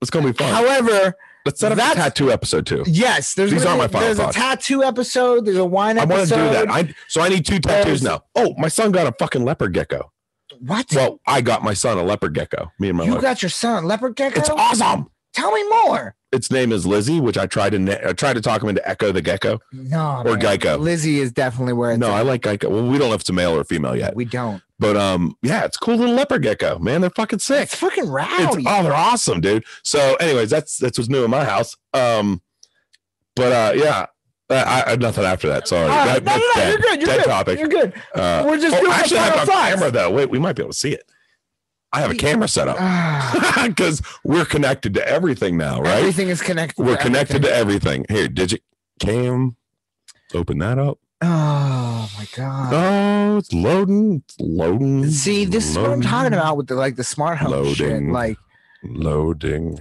It's gonna be fun.
However,
Let's set up a
that's-
tattoo episode too.
yes, there's
These
gonna
aren't
be-
my final
there's
thoughts.
a tattoo episode. There's a wine
I want to
episode.
do that. I so I need two tattoos
There's-
now. Oh, my son got a fucking leopard gecko.
what?
Well, I got my son a leopard gecko. Me and my
you
wife.
got your son, leopard gecko.
it's awesome.
Tell me more.
Its name is Lizzie, which I tried to na- I tried to talk him into Echo the gecko.
No,
Or
man.
Geico.
Lizzie is definitely where it's
No,
at.
I like gecko. Well, we don't know if it's a male or a female yet.
we don't.
But um, yeah, it's a cool little leopard gecko, man. They're fucking sick.
It's fucking
It's,
rowdy.
oh, they're awesome, dude. So, anyways, that's that's what's new in my house. Um, but uh, yeah, I, I had nothing after that. Sorry,
All right,
That-
no, no,
that's
no,
dead.
you're good. You're
dead
good.
topic.
You're good.
Uh,
We're just
oh,
doing
actually,
actually,
I have
final
a camera
thoughts.
though. Wait, we might be able to see it. I have a
We-
camera set up *laughs*
Ah,
because we're connected to everything now, right?
Everything is connected.
We're connected to everything. Here, digit cam. Open that up.
Oh my god.
Oh, it's loading. It's loading.
See, this is what I'm talking
Oh, loading,
about with the like the smart home shit.
Loading.
Like
Loading.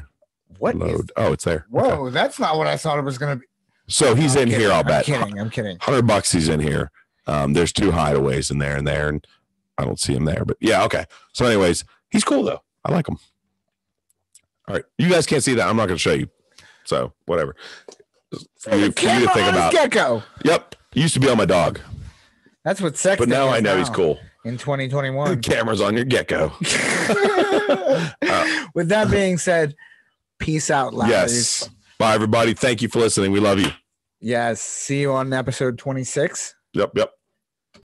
what is-
load. oh, it's there.
Whoa,
Okay.
that's not what I thought it was gonna be.
So he's
I'm
in
kidding,
here, I'll
I'm
bet.
kidding. I'm kidding.
Hundred bucks he's in here. Um, there's two hideaways in there and there, and I don't see him there, but yeah, okay. So, anyways, he's cool though. I like him. All right. You guys can't see that. I'm not gonna show you. So whatever. For *laughs* you, for you
Camera
to think
on his
about.
gecko.
Yep. He used to be on my dog,
That's what sex.
but now I know he's cool.
in *laughs*
*laughs*
2021.
Camera's on your gecko. Uh,
with that being said, peace out, louders.
Yes. Bye everybody. Thank you for listening. We love you.
Yes. See you on episode 26.
Yep, yep.